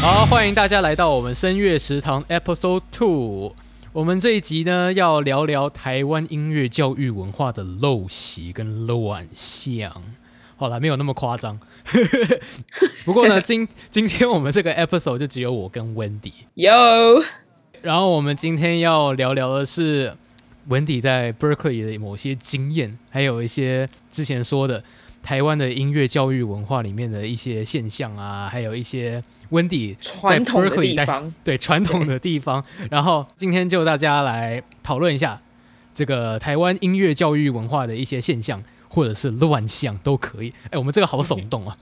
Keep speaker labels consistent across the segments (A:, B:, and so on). A: 好，欢迎大家来到我们声乐食堂 Episode Two。我们这一集呢，要聊聊台湾音乐教育文化的陋习跟乱象。好了，没有那么夸张。 不过呢，今今天我们这个 episode 就只有我跟 Wendy。
B: 有
A: 然后我们今天要聊聊的是文迪在 Berkeley 的某些经验，还有一些之前说的台湾的音乐教育文化里面的一些现象啊，还有一些温迪在
B: 传统的
A: Berkeley
B: 地
A: 待
B: 方，
A: 对传统的地方。然后今天就大家来讨论一下这个台湾音乐教育文化的一些现象，或者是乱象都可以。哎，我们这个好耸动 啊！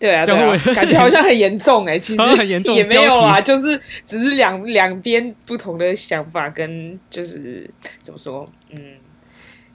B: 对啊，对
A: 这样会
B: 啊
A: 不会，
B: 感觉好像很严重 哎、其实
A: 好像很严重
B: 也没有
A: 标
B: 啊，
A: 题
B: 就是只是两两边不同的想法跟就是怎么说，嗯，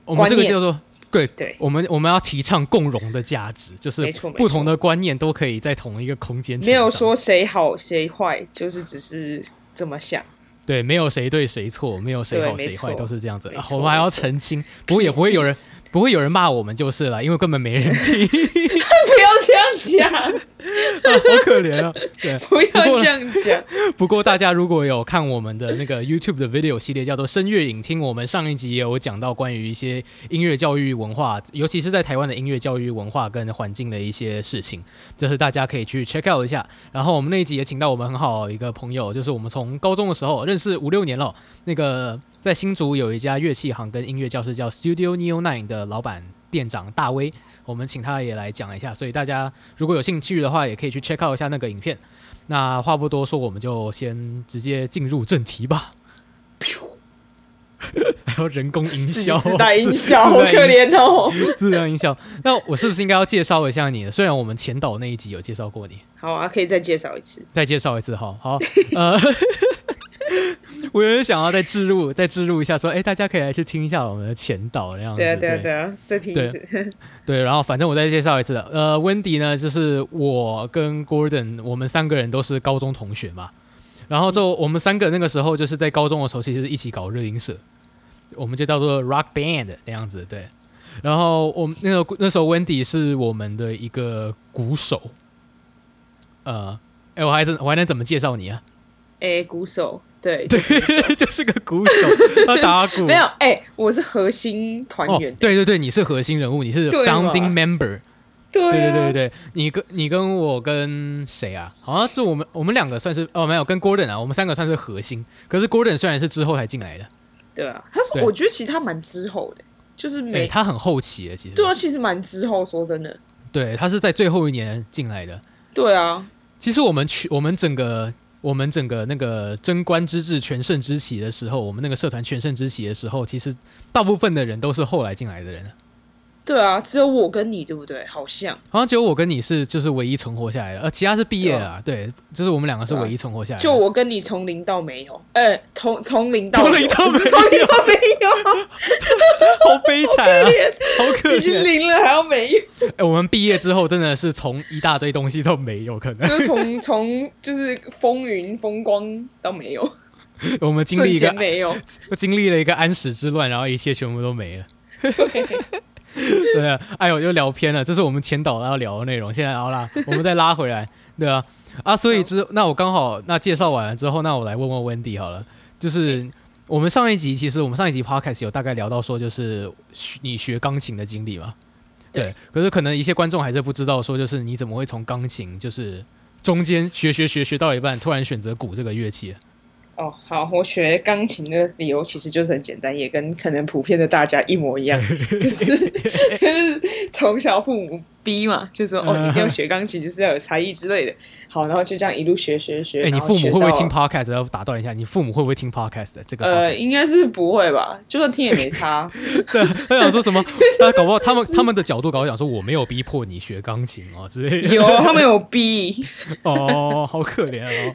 A: 我们这个
B: 观念
A: 叫做对
B: 对
A: 我们我们要提倡共荣的价值，就是
B: 没错没错
A: 不同的观念都可以在同一个空间成长。
B: 没有说谁好谁坏，就是只是这么想，
A: 对，没有谁对谁错，没有谁
B: 对
A: 好
B: 没
A: 谁坏，
B: 错
A: 都是这样子。
B: 没
A: 啊
B: 错
A: 我们还要
B: 没错
A: 澄清，不过也不会有人
B: Peace,
A: 不会有人骂我们就是了，因为根本没人听，
B: 不要这样讲，
A: 好可怜啊。对，
B: 不要这样讲，
A: 不过大家如果有看我们的那个 YouTube 的 video 系列，叫做“声乐影厅”，我们上一集也有讲到关于一些音乐教育文化，尤其是在台湾的音乐教育文化跟环境的一些事情，这是大家可以去 check out 一下。然后我们那一集也请到我们很好的一个朋友，就是我们从高中的时候认识五六年了，那个在新竹有一家乐器行跟音乐教室叫 Studio Neo Nine 的老板店长大威，我们请他也来讲一下，所以大家如果有兴趣的话，也可以去 check out 一下那个影片。那话不多说，我们就先直接进入正题吧。 还有人工营
B: 自
A: 销
B: 己
A: 啊，
B: 自带音
A: 自
B: 效，好
A: 自带
B: 可
A: 音
B: 怜哦。
A: 自然音效。那我是不是应该要介绍一下你？虽然我们前导那一集有介绍过你，
B: 好啊，可以再介绍一次，
A: 再介绍一次哈。 好，呃， 我有点想要再置入，再置入一下，说，哎、大家可以来去听一下我们的前导，这样子。
B: 对啊，对啊，对啊，再听一次，
A: 对，然后反正我再介绍一次。呃，温迪呢，就是我跟 Gordon，我们三个人都是高中同学嘛。然后就我们三个那个时候就是在高中的时候，其实是一起搞热音社，我们就叫做 Rock Band 那样子。对，然后我们那个那时候温迪是我们的一个鼓手。呃，哎，我还是我还能怎么介绍你 啊？
B: 哎、鼓手，对，
A: 对，就是个鼓手，他打鼓。
B: 没有，哎、我是核心团
A: 哦
B: 员，，
A: 对对对，你是核心人物，你是
B: 对嘛
A: founding member。
B: 对
A: 对
B: 啊，
A: 对对对，你跟你跟我跟谁啊？好像是我们我们两个算是哦，没有跟 Gordon 啊，我们三个算是核心。可是 Gordon 虽然是之后才进来的，
B: 对啊，他
A: 对
B: 说，我觉得其实他蛮之后的，就是
A: 哎、
B: 每、
A: 他很后期的，其实
B: 对啊，其实蛮之后，说真的，
A: 对，他是在最后一年进来的。
B: 对啊，
A: 其实我们去我们整个我们整个那个贞观之治全盛之起的时候，我们那个社团全盛之起的时候，其实大部分的人都是后来进来的人，
B: 对啊，只有我跟你，对不对？好像
A: 好像只有我跟你是就是唯一存活下来的，呃，其他是毕业了啊、对，就是我们两个是唯一存活下来的。
B: 就我跟你从零到没有，呃，从从零到
A: 从
B: 有
A: 零到没有，
B: 从零到没有，
A: 好悲惨啊，好可
B: 已经
A: 怜。
B: 零了还要没 有，
A: 哎、我们毕业之后真的是从一大堆东西都没有，可能
B: 就是从从就是风云风光到没有，
A: 我们经历
B: 瞬
A: 一
B: 间
A: 个
B: 没有，
A: 经历了一个安史之乱，然后一切全部都没了。
B: 对，
A: 对啊，哎呦，又聊偏了，这是我们前导要聊的内容。现在好啦，我们再拉回来，对啊，啊，所以之那我刚好那介绍完了之后，那我来问问 Wendy 好了，就是我们上一集其实我们上一集 Podcast 有大概聊到说，就是学你学钢琴的经历嘛，对
B: 对，
A: 可是可能一些观众还是不知道说，就是你怎么会从钢琴就是中间学学学学到一半，突然选择鼓这个乐器？
B: 哦，好，我学钢琴的理由其实就是很简单，也跟可能普遍的大家一模 一样，就是就是从小父母逼嘛，就说哦，你一
A: 嗯
B: 定要学钢琴，就是要有才艺之类的。好，然后就这样一路学学学。
A: 哎、你
B: 然后
A: 父母
B: 学
A: 会不会
B: 到
A: 听 Podcast？要打断一下，你父母会不会听 Podcast？的这个 podcast？
B: 呃，应该是不会吧？就算听也没 差。
A: 对，他想说什 么？他搞不好他们他们的角度搞想说我没有逼迫你学钢琴哦之类的。
B: 有他们有逼，
A: 哦，好可怜 哦。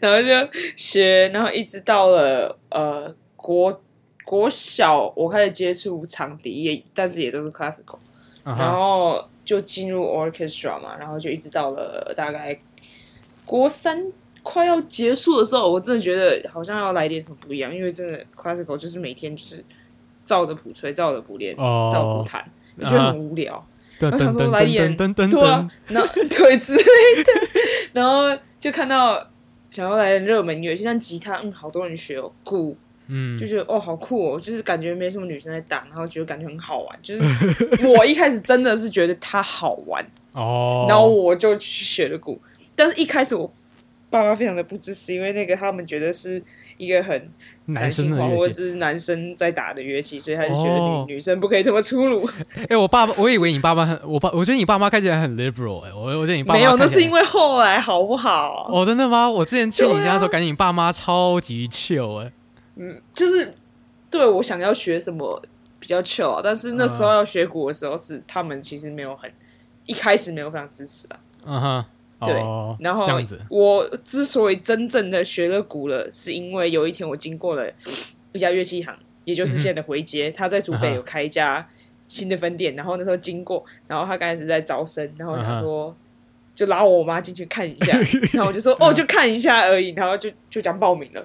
B: 然后就学，然后一直到了呃国国小，我开始接触长笛，也但是也都是 classical。
A: 啊
B: 然
A: 哈
B: 后就进入 orchestra 嘛，然后就一直到了大概国三、快要结束的时候，我真的觉得好像要来点什么不一样，因为真的 classical 就是每天就是照着谱吹，照着谱练，
A: 哦
B: 照着谱弹，我觉得很无聊。
A: 噔
B: 然后
A: 噔
B: 想说
A: 噔
B: 来演
A: 噔噔噔
B: 对啊
A: 噔，，
B: 然后 对之类的，然后就看到想要来点热门音乐，就像吉他，嗯，好多人学哦，鼓
A: 嗯
B: 就，觉得哦好酷哦，就是感觉没什么女生在打，然后觉得感觉很好玩，就是 我一开始真的是觉得它好玩，
A: 哦，
B: 然后我就去学了鼓，但是一开始我爸妈非常的不支持，因为那个他们觉觉得是一个很
A: 男生
B: 性
A: 的
B: 化
A: 乐
B: 或者
A: 器，
B: 是男生在打的乐器，所以他就觉得女、
A: 哦
B: 女生不可以这么粗鲁。
A: 哎、我爸爸，我以为你爸爸很，我爸，我觉得你爸妈看起来很 liberal，哎、我我觉得你爸妈
B: 没有，那
A: 看起来
B: 是因为后来好不好？
A: 哦，真的吗？我之前去你
B: 对
A: 家
B: 啊
A: 的时候，感觉你爸妈超级 chill，哎、
B: 就是对我想要学什么比较 chill，啊但是那时候
A: 嗯
B: 要学鼓的时候是他们其实没有很一开始没有非常支持啊。
A: 嗯哼，
B: 对
A: 哦，
B: 然后
A: 这样子，
B: 我之所以真正的学了鼓了，是因为有一天我经过了一家乐器行，也就是现在的回街，他在竹
A: 嗯
B: 北
A: 哼嗯
B: 有开一家新的分店，然后那时候经过，然后他刚开始在招生，然后他
A: 嗯
B: 说。就拉我妈进去看一 下，然后我就说哦，就看一下而已，然后就就讲报名了。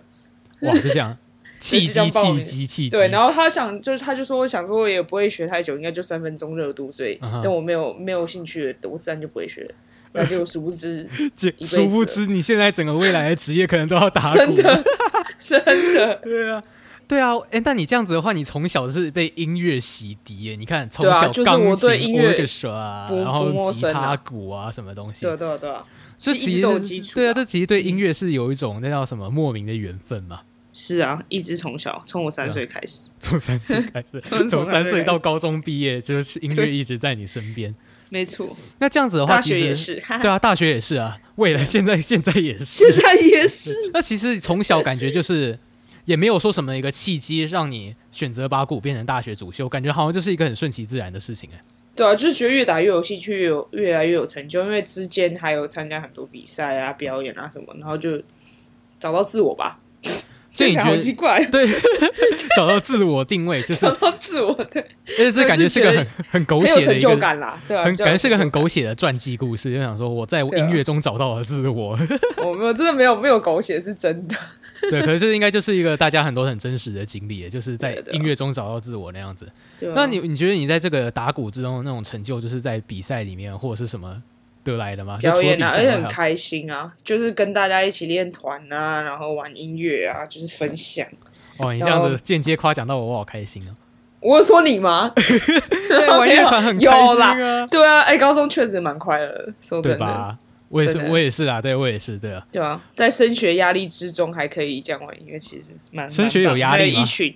A: 哇，就这样，契
B: 就这
A: 机，
B: 样报
A: 契
B: 名
A: 机，契机，
B: 对，然后他想，就是他就说，想说我也不会学太久，应该就三分钟热度，所以、
A: 嗯哼
B: 但我没有没有兴趣了，我自然就不会学了。那结果殊不 知，
A: 这
B: 一辈子
A: 殊不知你现在整个未来的职业可能都要打鼓，
B: 真的真的，
A: 对啊。对啊，哎、那你这样子的话，你从小是被音乐洗涤耶？你看从
B: 对啊
A: 小
B: 就是
A: 钢琴、
B: 我对音乐
A: orchestra 啊，
B: 不
A: 然
B: 不
A: 后
B: 陌
A: 吉
B: 生
A: 他、
B: 啊
A: 鼓啊，什么东西
B: 对啊，对啊对啊，
A: 这
B: 是一
A: 其
B: 直
A: 实
B: 都有
A: 是
B: 基础、嗯
A: 对啊，这其实对音乐是有一种那叫什么莫名的缘分嘛。
B: 是啊，一直从小从我
A: 啊
B: 三岁开始，
A: 从三岁开始，
B: 从
A: 从三
B: 从三岁
A: 岁
B: 开
A: 到
B: 始
A: 高中毕业，就是音乐
B: 对
A: 一直在你身边。
B: 没错，
A: 那这样子的话，
B: 大
A: 其
B: 学
A: 实
B: 也是，哈哈
A: 对啊，大学也是啊，未来现在现在也是。
B: 现在也是，
A: 那其实从小感觉就是也没有说什么一个契机让你选择把鼓变成大学主修，感觉好像就是一个很顺其自然的事情哎、
B: 对啊，就是觉得越打越有兴趣，越有越来越有成就，因为之间还有参加很多比赛啊、表演啊什么，然后就找到自我吧。
A: 所以你
B: 讲
A: 觉
B: 好
A: 得
B: 奇怪，
A: 对， 找到自我定位， 就是
B: 找到自我的
A: 而且这感觉是个很很狗
B: 很有
A: 血的
B: 成
A: 一
B: 就
A: 个。
B: 感啦，对啊，
A: 很
B: 比较
A: 感
B: 有
A: 觉是个
B: 成
A: 很
B: 就感
A: 狗血的传记故事，就想说我在
B: 对啊
A: 音乐中找到了自我，
B: 我没有真的没有没有狗血是真的，
A: 对，可是这应该就是一个大家很多很真实的嗯经历，就是在
B: 对对啊
A: 音乐中找到自我那样子。
B: 对啊
A: 那你你觉得你在这个打鼓之中的那种成就，就是在比赛里面或者是什么得来的吗？就
B: 表
A: 除了
B: 演
A: 比
B: 啊，
A: 赛
B: 而且很
A: 还有
B: 开心啊，就是跟大家一起练团啊，然后玩音乐啊，就是分享。
A: 哦，你这样
B: 然后
A: 子间接夸奖到我，我好开 心哦！
B: 我有说你吗？
A: 对，玩 乐团很开
B: 有
A: 心
B: 啦
A: 啊，，
B: 对啊，哎、高中确实蛮快乐的，说
A: 对
B: 真的，
A: 吧？我也是
B: 真，的
A: 我也是啊，对我也是，对啊，
B: 对啊，在升学压力之中还可以这样玩音乐，其实蛮
A: 升学有压力吗
B: 蛮棒还有一群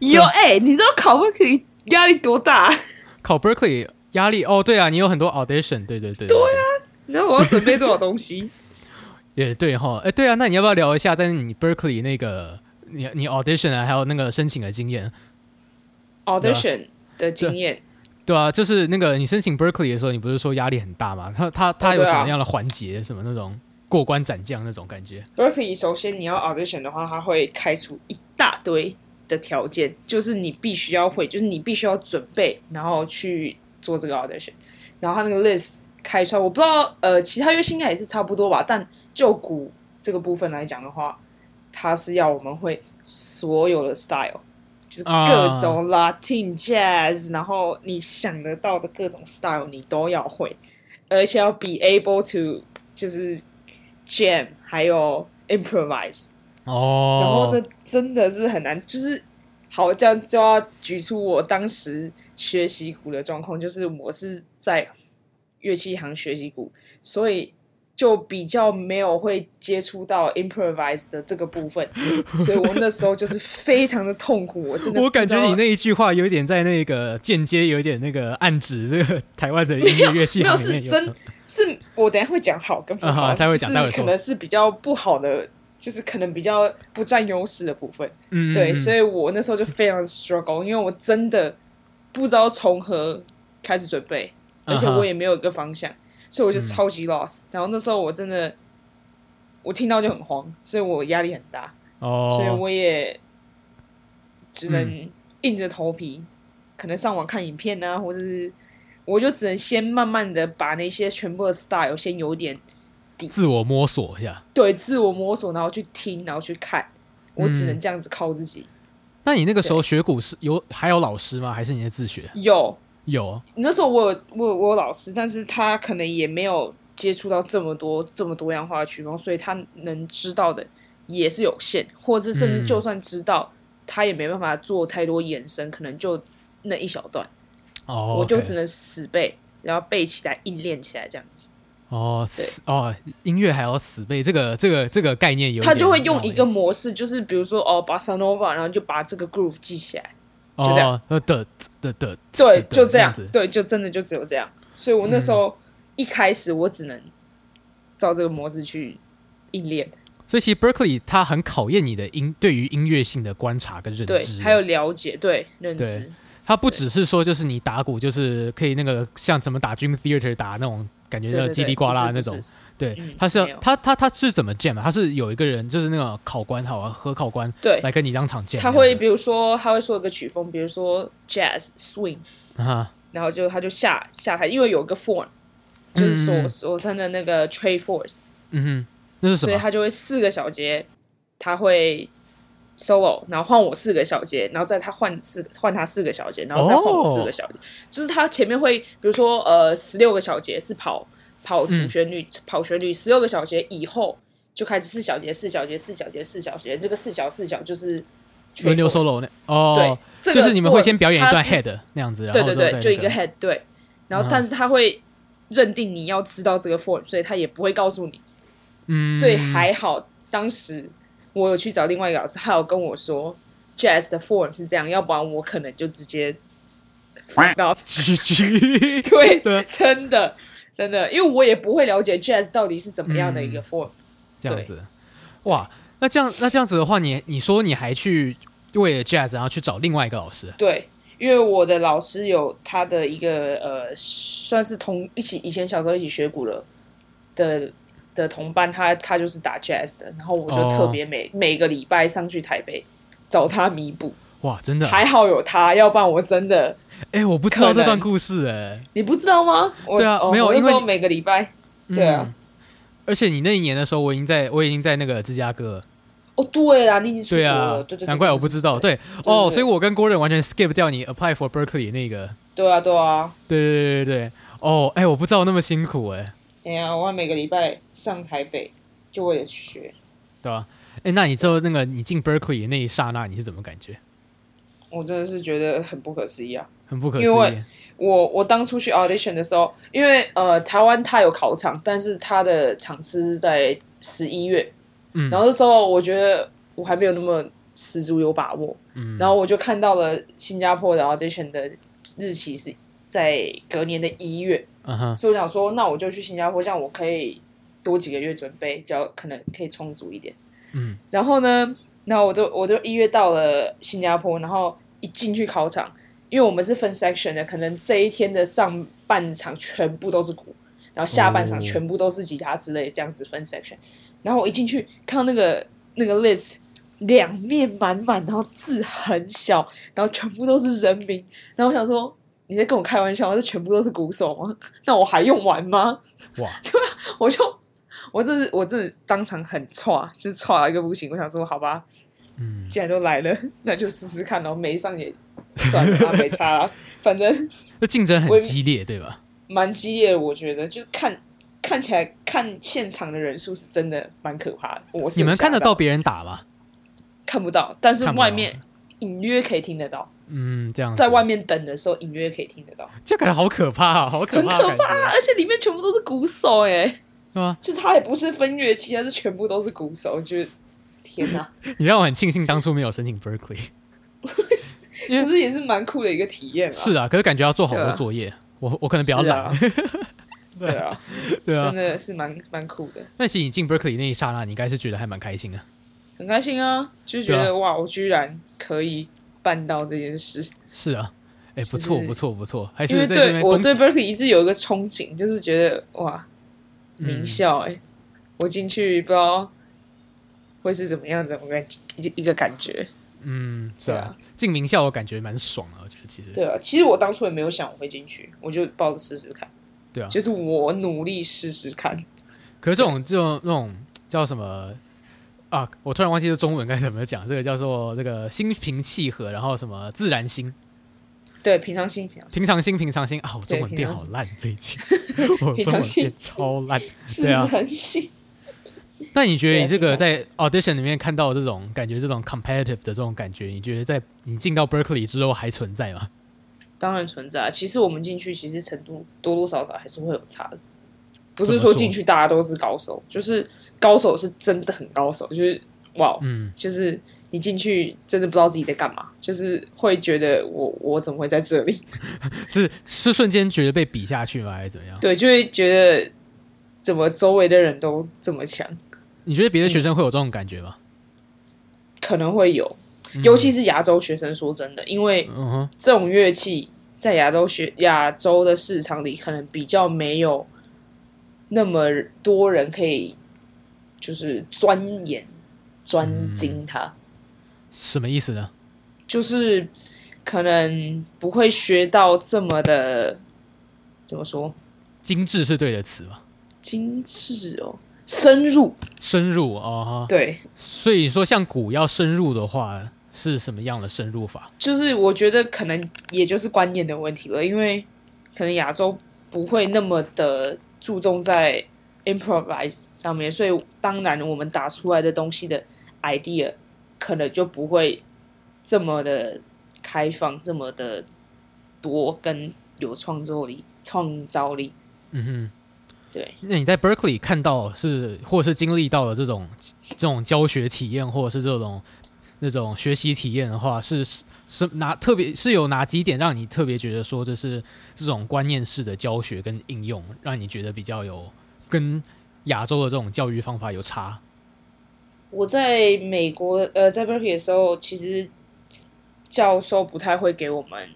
B: 有哎、你知道考不可以压力多大？
A: 考 Berkeley 压力哦，对啊，你有很多 audition，对对对，对啊，
B: 你知道我要准备多少 东西？
A: 也对哈，哎，对啊，那你要不要聊一下在你 Berkeley 那个你你 audition 啊，还有那个申请的经验？
B: audition 的经验，
A: 啊对啊，就是那个你申请 Berkeley 的时候，你不是说压力很大吗？他他他
B: 哦
A: 有
B: 对啊
A: 什么样的环节？什么那种过关斩将那种感觉？
B: Berkeley 首先你要 audition 的话，它会开出一大堆的条件，就是你必须要会，就是你必须要准备，然后去做这个 audition。然后它那个 list 开出来，我不知道呃其他乐器应该也是差不多吧，但就鼓这个部分来讲的话，它是要我们会所有的 style。就是各种 Latin Jazz，、然后你想得到的各种 style 你都要会，而且要 be able to 就是 jam，还有 improvise。
A: 哦，
B: 然后呢，真的是很难，就是好，这样就要举出我当时学习鼓的状况，就是我是在乐器行学习鼓，所以就比较没有会接触到 improvise 的这个 部分，所以我那时候就是非常的痛苦，我真 的
A: 我感觉你
B: 那
A: 那一句话有一点在那个间接，有一点那个暗指这个台湾的音乐乐器
B: 没有
A: 行里
B: 是
A: 面
B: 真是我等一下会讲好跟不
A: 啊
B: 好，
A: 好待会讲
B: 只
A: 待会
B: 是
A: 说
B: 可能是比较不好的，就是可能比较不占优势的部分。
A: 嗯，
B: 对，所
A: 以
B: 以我那时候就非常 struggle，因为我真的不知道从何开始准备，
A: 嗯
B: 而且我也没有一个方向，所以我就超级 lost、然后那时候我真的，我听到就很慌，所以我压力很大，
A: 哦，
B: 所以我也只能硬着头皮，
A: 嗯
B: 可能上网看影片啊，或者是我就只能先慢慢的把那些全部的 style 先有点底，
A: 自我摸索一下。
B: 对，自我摸索，然后去听，然后去看，我只
A: 嗯
B: 能这样子靠自己。
A: 那你那个时候学鼓是有还有老师吗？还是你是自学？
B: 有
A: 有，
B: 那时候我有我有我有老师，但是他可能也没有接触到这么多这么多样化的曲风，所以他能知道的也是有限，或者甚至
A: 嗯
B: 就算知道，他也没办法做太多延伸，可能就那一小段，
A: 哦，
B: 我就
A: OK
B: 只能死背，然后背起来硬练起来这样子。
A: 哦死哦，音乐还要死背，这个这个这个概念有
B: 他
A: 点
B: 就会用一个
A: 让
B: 模式，就是比如说哦，把 s a n o v a 然后就把这个 groove 记起来，
A: 我
B: 就这样
A: 哦呃的的的，
B: 对
A: 的，
B: 就这
A: 样
B: 样
A: 子，。嗯
B: 对，就真的就只有这样。所以我那时候一开始我只能照这个模式去硬练，
A: 所以其实 Berkeley 它很考验你的音对于音乐性的观察跟认
B: 对，
A: 知，
B: 还有了解，对，认
A: 对
B: 知，
A: 它不只是说就是你打鼓就是可以那个像什么打 Dream Theater 打那种感觉
B: 对
A: 叫
B: 对
A: 叽
B: 对，
A: 里呱啦
B: 不
A: 那
B: 是不
A: 种
B: 是，
A: 对
B: 嗯，
A: 他是要
B: 没有
A: 他他他是怎么 jam 啊？他是有一个人就是那个考官好啊，和考官
B: 对，
A: 来跟你当场 jam，
B: 他
A: 这
B: 会
A: 样子
B: 比如说他会说一个曲风，比如说 jazz swing，
A: 啊哈
B: 然后就他就下下台，因为有一个 form，就是
A: 嗯嗯
B: 所
A: 嗯
B: 所称的那个 trade force，
A: 嗯哼，那是什
B: 所以
A: 么？
B: 他就会四个小节，他会 solo，然后换我四个小节，然后再他换四换他四个小节，然后再换我四个小节。
A: 哦
B: 就是他前面会，比如说呃，十六个小节是跑跑主旋律、
A: 嗯
B: 跑旋律，十六个小节以后就开始四小节、四小节、四小节、四小节，这个四小四小就是
A: 轮流
B: triple
A: solo 那哦，
B: 对，
A: 就是你们会先表演一段
B: 它是
A: head 那样子，然
B: 对
A: 后
B: 对
A: 之后
B: 对，
A: 再
B: 就一
A: 那
B: 个 head 对，然
A: 嗯
B: 后但是他会认定你要知道这个 form，所以他也不会告诉你，
A: 嗯，
B: 所以还好当时我有去找另外一个老师，他有跟我说 jazz 的 form 是这样，要不然我可能就直接到
A: GG。吱吱
B: 对
A: 对，
B: 真的真的，因为我也不会了解 jazz 到底是怎么样的一
A: 嗯
B: 个 form，、
A: 这样子。哇，那这样那这样子的话，你你说你还去为了 jazz，然后去找另外一个老师，
B: 对。因为我的老师有他的一个呃，算是同一起以前小时候一起学鼓的的的同伴，他他就是打 jazz 的，然后我就
A: 哦
B: 特别每、每个礼拜上去台北找他弥补，
A: 哇，真的啊，
B: 还好有他，要不然我真的
A: 哎、我不知道
B: 可
A: 这
B: 能
A: 段故事哎、
B: 你不知道吗？我
A: 对啊
B: 哦
A: 没有
B: 我那
A: 因为
B: 时候
A: 你
B: 每个礼拜，对啊
A: 嗯而且你那一年的时候，我已经在我已经在那个芝加哥了，
B: 哦，对啦，你已经出国
A: 对啊，
B: 了，对对，对
A: 难怪我不知道，对
B: 对
A: 哦，
B: 对
A: 所以我跟郭任完全 skip 掉你 apply for Berkeley 那个，
B: 对啊，对啊，
A: 对对对对对，哦，哎、我不知道那么辛苦哎、
B: 哎呀，我每个礼拜上台北就为了学，
A: 对吧、哎、那你知道那个你进 Berkeley 那一刹那你是怎么感觉？
B: 我真的是觉得很不可思议啊！
A: 很不可思
B: 因
A: 议
B: 为，我我当初去 audition 的时候，因为呃台湾它有考场，但是它的场次是在十一月，
A: 嗯
B: 然后那时候我觉得我还没有那么十足有把握，
A: 嗯
B: 然后我就看到了新加坡的 audition 的日期是在隔年的一月，
A: 嗯哼，
B: 所以我想说，那我就去新加坡，这样我可以多几个月准备，比较可能可以充足一点。
A: 嗯，
B: 然后呢，然后我就我就一月到了新加坡，然后一进去考场，因为我们是分 section 的，可能这一天的上半场全部都是鼓，然后下半场
A: 哦
B: 全部都是吉他之类，这样子分 section。然后我一进去看到那个那个 list。两面满满，然后字很小，然后全部都是人名，然后我想说你在跟我开玩笑吗，这全部都是鼓手吗？ 那我还用玩吗？
A: 哇，
B: 我就我这是我真的当场很差，就是差到一个不行。我想说，好吧，
A: 嗯，
B: 既然都来了，那就试试看咯，然后没上也算了，啊、没差啦，反正
A: 那竞争
B: 我
A: 很
B: 也
A: 激烈，对吧？
B: 蛮激烈的。我觉得就是看看起来看现场的人数是真的蛮可怕的。我是
A: 你
B: 有
A: 们
B: 吓
A: 看得
B: 到
A: 到别人打吗？
B: 看不到，但是
A: 看不到啊
B: 外面隐约可以听得到，
A: 嗯，这样子
B: 在外面等的时候隐约可以听得到，
A: 这感觉好可怕、啊，好可
B: 很
A: 怕的
B: 可
A: 感
B: 怕啊！
A: 觉，
B: 而且里面全部都是鼓手哎、
A: 对吧？
B: 就是他也不是分乐器，他是全部都是鼓手，我觉得天哪，
A: 你让我很庆幸当初没有申请 Berkeley。
B: 可是也是蛮酷的一个体验啦。
A: 是啊，可是感觉要做好
B: 对
A: 多
B: 啊
A: 作业，我我可能比较
B: 是
A: 懒，
B: 啊，对啊，
A: 对啊
B: 真。的是蛮蛮酷的，
A: 那其实你进 Berkeley 那一刹那，你应该是觉得还蛮开心的。
B: 很开心啊，就觉
A: 对
B: 得哇，我居然可以办到这件事，
A: 是啊，哎，不
B: 是
A: 错不错不错，还
B: 因
A: 是
B: 为
A: 在这边
B: 对我
A: 恭
B: 对
A: 喜
B: Berkeley 一直有一个憧憬，就是觉得哇，
A: 嗯
B: 名校哎、我进去不知道会是怎么样的，我感觉一一个感觉，
A: 嗯，是
B: 对
A: 啊
B: 啊，
A: 进名校我感觉蛮爽啊，我觉得其实
B: 对啊，其实我当初也没有想我会进去，我就抱着试试看，
A: 对啊
B: 就是我努力试试看，
A: 可是这种这种那种叫什么啊？我突然忘记这中文该怎么讲，这个叫做这个心平气和，然后什么自然心、
B: 对，平常心，平常心，
A: 平常心、平常心啊！我中文
B: 对
A: 变
B: 平常
A: 好
B: 心
A: 烂，最 近我中
B: 平常
A: 文
B: 心
A: 变超 烂。
B: 自
A: 对啊，
B: 然心。
A: 那你觉得
B: 对
A: 你这个
B: 平常
A: 在 audition 里面看到的这种感觉，这种 competitive 的这种感觉，你觉得在你进到 Berkeley 之后还存在吗？
B: 当然存在啊。其实我们进去，其实程度多多少少还是会有差的，不
A: 怎
B: 是
A: 么
B: 说
A: 说
B: 进去大家都是高手，就是高手是真的很高手，就是哇，
A: 嗯，
B: 就是你进去真的不知道自己在干嘛，就是会觉得我我怎么会在这里？
A: 是是瞬间觉得被比下去吗，还是怎么样？
B: 对，就会觉得怎么周围的人都这么强，
A: 你觉得别的学生会有这种感觉吗？
B: 可能会有，嗯尤其是亚洲学生。说真的，因为
A: 嗯哼，
B: 这种乐器在亚洲学亚洲的市场里，可能比较没有那么多人可以就是钻研、专精它，
A: 什么意思呢？
B: 嗯就是可能不会学到这么的怎么说
A: 精致是对的词吗？
B: 精致哦，深入
A: 深入哦哈，
B: 对。
A: 所以说像鼓要深入的话，是什么样的深入法？
B: 就是我觉得可能也就是观念的问题了，因为可能亚洲不会那么的注重在 improvise 上面，所以当然我们打出来的东西的 idea 可能就不会这么的开放，这么的多跟有创作力、创造力。
A: 嗯
B: 对，
A: 哼，那你在 Berkeley 看到是或是经历到了这种这种教学体验，或者是这种那种学习体验的话，是是是哪特别是有哪几点让你特别觉得说这是这种观念式的教学跟应用，让你觉得比较有跟亚洲的这种教育方法有差？
B: 我在美国呃，在 Berkeley 的时候，其实教授不太会给我们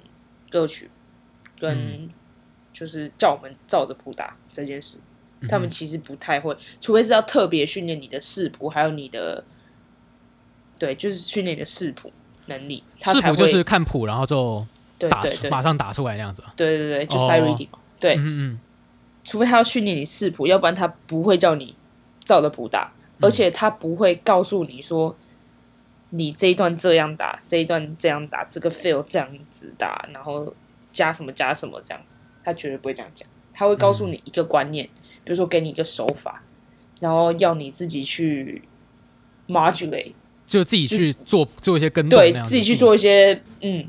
B: 歌曲，
A: 嗯
B: 跟就是叫我们照着谱打这件事，
A: 嗯
B: 他们其实不太会，除非是要特别训练你的视谱，还有你的对，就是训练你的视谱能力，他
A: 视
B: 才
A: 谱
B: 会
A: 就是看谱，然后就
B: 对
A: 打
B: 对
A: 出
B: 对
A: 马上打出来那样子吧。
B: 对对对，就
A: 哦
B: sight reading 嘛，对，
A: 嗯嗯
B: 除非他要训练你视谱，要不然他不会叫你照着谱打，
A: 嗯
B: 而且他不会告诉你说你这一段这样打，这一段这样打，这个 feel 这样子打，然后加什么加什么这样子，他绝对不会这样讲。他会告诉你一个观念，比如说给你一个手法，然后要你自己去 modulate，
A: 嗯，就自己去做做一些跟动那
B: 对
A: 样子，
B: 自己去做一些嗯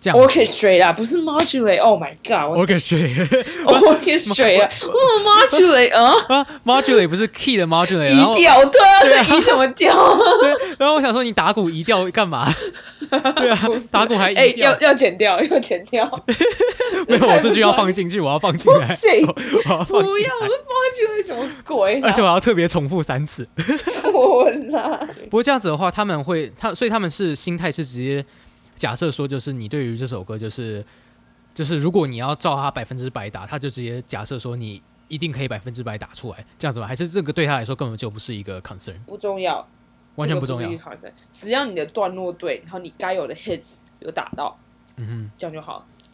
A: 这样
B: orchestrate 啦，不是 modulate，Oh my god，
A: orchestrate
B: 我 orchestrate 啊，我 modulate 啊。
A: 啊，modulate 不是 key 的 modulate，然后
B: 移调，对啊，这移什么调？
A: 对，然后我想说你打鼓移调干 嘛？对啊，打鼓还
B: 哎，
A: 移调
B: 要，要剪掉， 要剪掉，
A: 没有，我这句要
B: 太不
A: 放进去，我要放进来
B: 不行，
A: 我我要放
B: 不
A: 进
B: 要，
A: 来，
B: 我都忘记了什么鬼啦，
A: 而且我要特别重复三次。
B: 我问啦，
A: 不过这样子的话，他们会他，所以他们是心态是直接假设说，就是你对于这首歌就是就是，如果你要照他百分之百打，他就直接假设说你一定可以百分之百打出来，这样子吗？还是这个对他来说根本就不是一个 concern，
B: 不重要，
A: 完全不重要
B: 这个。不是一个 concern 只要你的段落对，然后你该有的 hits 有打到，
A: 嗯
B: 这样就好了。
A: 哼，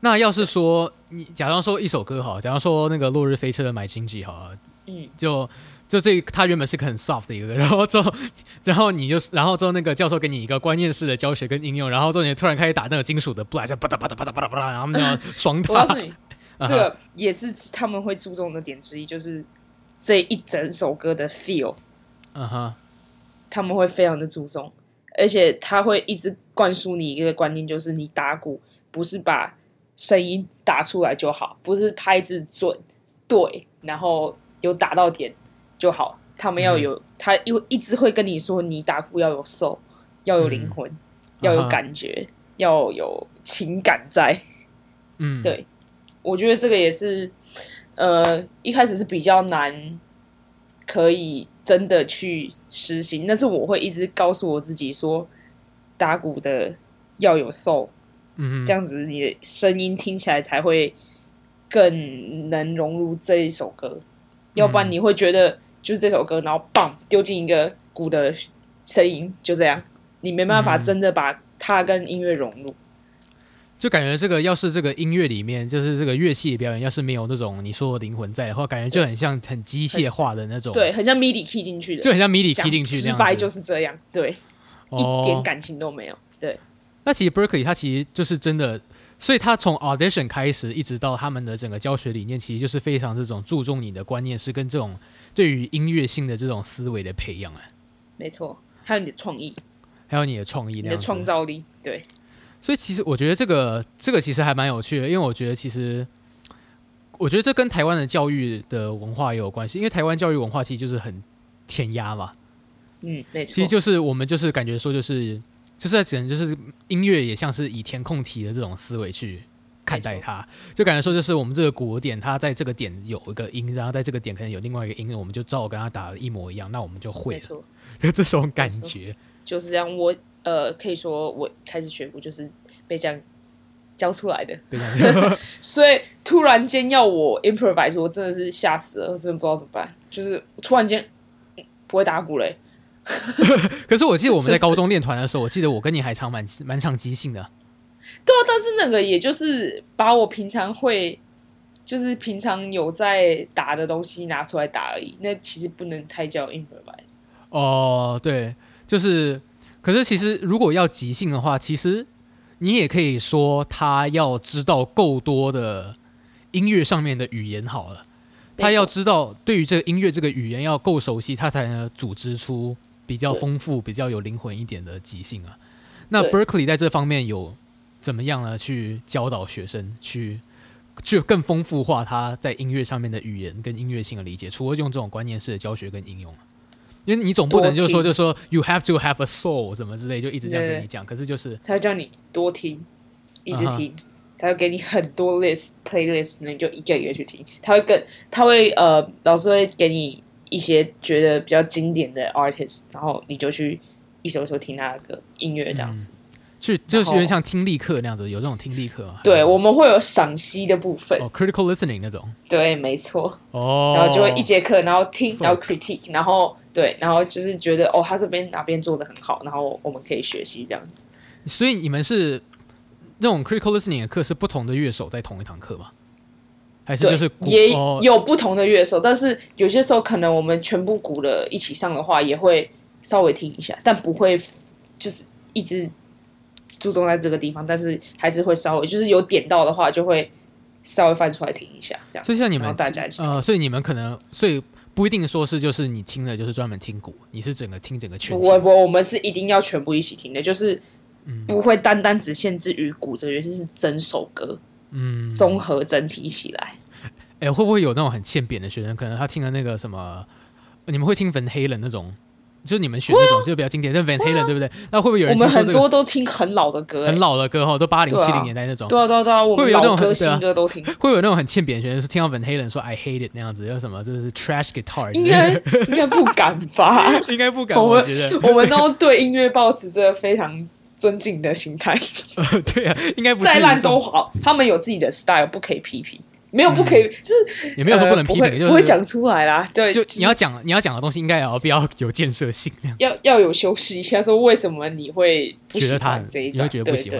A: 那要是说你假装说一首歌好了，假装说那个《落日飞车》的《买经济》好了，
B: 嗯，
A: 就就这他原本是个很 soft 的一个歌，然后之后 然后你就然后之后那个教授给你一个观念式的教学跟应用，然后之后你突然开始打那个金属的 b l a 叭嗒叭嗒叭嗒叭嗒叭嗒，然后那样双
B: 我告
A: 踏
B: 诉，你，
A: 啊
B: 这个也是他们会注重的点之一，就是这一整首歌的 feel，
A: 嗯哼，
B: 他们会非常的注重，而且他会一直灌输你一个观念，就是你打鼓不是把声音打出来就好，不是拍子准对，然后有打到点就好。他们要有，他因为一直会跟你说，你打鼓要有 soul，要有灵魂，要有感觉，要有情感在。
A: 嗯，
B: 对我觉得这个也是，呃，一开始是比较难，可以真的去实行。但是我会一直告诉我自己说，打鼓的要有 soul，
A: 嗯
B: 这
A: 哼，
B: 样子你的声音听起来才会更能融入这一首歌。要不然
A: 嗯
B: 你会觉得就是这首歌，然后棒丢进一个鼓的声音，就这样，你没办法
A: 嗯
B: 真的把它跟音乐融入。
A: 就感觉这个要是这个音乐里面，就是这个乐器表演，要是没有那种你说的灵魂在的话，感觉就很像很机械化的那种，
B: 对，，很像 MIDI key 进去的，
A: 就很像迷你
B: 讲
A: key 进去那
B: 直
A: 样
B: 白
A: 子，
B: 就是这样，对，
A: 哦
B: 一点感情都没有，对，
A: 那其实 Berkeley 它其实就是真的，所以它从 audition 开始，一直到他们的整个教学理念，其实就是非常这种注重你的观念是跟这种对于音乐性的这种思维的培养啊，
B: 没错，还有你的创意，
A: 还有你的创意
B: 你
A: 那
B: 的
A: 样
B: 创
A: 子。
B: 造力，对，
A: 所以其实我觉得这个这个其实还蛮有趣的，因为我觉得其实。我觉得这跟台湾的教育的文化也有关系，因为台湾教育文化其实就是很填鸭嘛，
B: 嗯，没
A: 其
B: 错
A: 实，就是我们就是感觉说就是就是在只能就是音乐也像是以填空题的这种思维去看待它，就感觉说就是我们这个鼓点它在这个点有一个音，然后在这个点可能有另外一个音，我们就照跟它打的一模一样，那我们就会
B: 没
A: 了，
B: 错，
A: 就 这种感觉。
B: 就是这样。我呃，可以说我开始学鼓就是被这样教出来的，
A: 对吧
B: 所以突然间要我 improvise，我真的是吓死了，我真的不知道怎么办，就是突然间嗯不会打鼓嘞、
A: 可是我记得 我们在高中练团的时候，我记得我跟你还常蛮蛮常即兴的，
B: 对啊，但是那个也就是把我平常会，就是平常有在打的东西拿出来打而已。那其实不能太叫 improvise。
A: 哦，对，就是，可是其实如果要即兴的话，其实你也可以说他要知道够多的音乐上面的语言好了，他要知道对于这个音乐这个语言要够熟悉，他才能组织出比较
B: 对
A: 丰富、比较有灵魂一点的即兴啊。那
B: 对
A: Berkeley 在这方面有怎么样呢？去教导学生去。去更丰富化他在音乐上面的语言跟音乐性的理解，除了用这种观念式的教学跟应用。因为你总不能就说就
B: 多
A: 说 you have to have a soul 什么之类，就一直这样跟
B: 对
A: 你讲。可是就是
B: 他叫你多听，一直
A: 啊哈
B: 听他会给你很多 list playlist，那你就一个一个去听。他会跟他会呃，老师会给你一些觉得比较经典的 artist，然后你就去一首一首听他的歌音乐这样子。
A: 嗯去就是
B: 后
A: 有点像听力课那样子，有这种听力课嘛？还
B: 对，
A: 是
B: 我们会有赏析的部分，
A: 嗯哦 critical listening 那种
B: 对，没错。
A: 哦，
B: 然后就会一节课，然后听，
A: 是
B: 然后 critique，然后对，然后就是觉得哦，他这边哪边做的很好，然后我们可以学习这样子。
A: 所以你们是那种 critical listening 的课是不同的乐手在同一堂课吗？还是
B: 对，
A: 就是鼓
B: 也
A: 哦
B: 有不同的乐手，但是有些时候可能我们全部鼓了一起上的话，也会稍微听一下，但不会就是一直注重在这个地方，但是还是会稍微就是有点到的话，就会稍微翻出来听一下这样。
A: 所以像你
B: 然
A: 们
B: 后大家一起
A: 呃，所以你们可能所以不一定说是就是你听的就是专门听鼓，你是整个听整个全
B: 我
A: 体
B: 我我们是一定要全部一起听的，就是
A: 嗯
B: 不会单单只限制于鼓这个乐器，是整首歌，嗯，综合整体起来。
A: 哎、会不会有那种很欠扁的学生？可能他听了那个什么，你们会听 Van Halen 那种，就是你们选那种就比较经典，但 Van Halen 对不对？那会不会有
B: 我
A: 人听
B: 们
A: 说
B: 很
A: 这
B: 多
A: 个
B: 都听很老的歌、欸
A: 很，老的歌哈，都八零
B: 对啊
A: 七零年代那种？
B: 对啊对啊对啊，我
A: 会
B: 们
A: 有那种
B: 老
A: 很
B: 歌
A: 对
B: 新
A: 啊
B: 歌都听，
A: 会有那种很欠扁的学生，是听到 Van Halen 说 I hate it 那样子，叫什么就是 trash guitar，
B: 应该应该不敢吧？
A: 应该 不敢，
B: 我
A: 我
B: 们
A: 觉得
B: 我们都对音乐抱持着非常尊敬的心 态，
A: 对啊，应该不至于
B: 再烂
A: 是嗯
B: 都好，他们有自己的 style，不可以批评。没有不可以，就是
A: 也没有说
B: 呃
A: 不能批评，
B: 会
A: 就是
B: 不会讲出来啦。对，
A: 就是你要讲你要讲的东西，应该也要比较有建设性那样。
B: 要要有修饰一下，说为什么你会不
A: 觉
B: 喜
A: 得他
B: 欢
A: 很，
B: 这一
A: 你
B: 段？
A: 会觉得不喜欢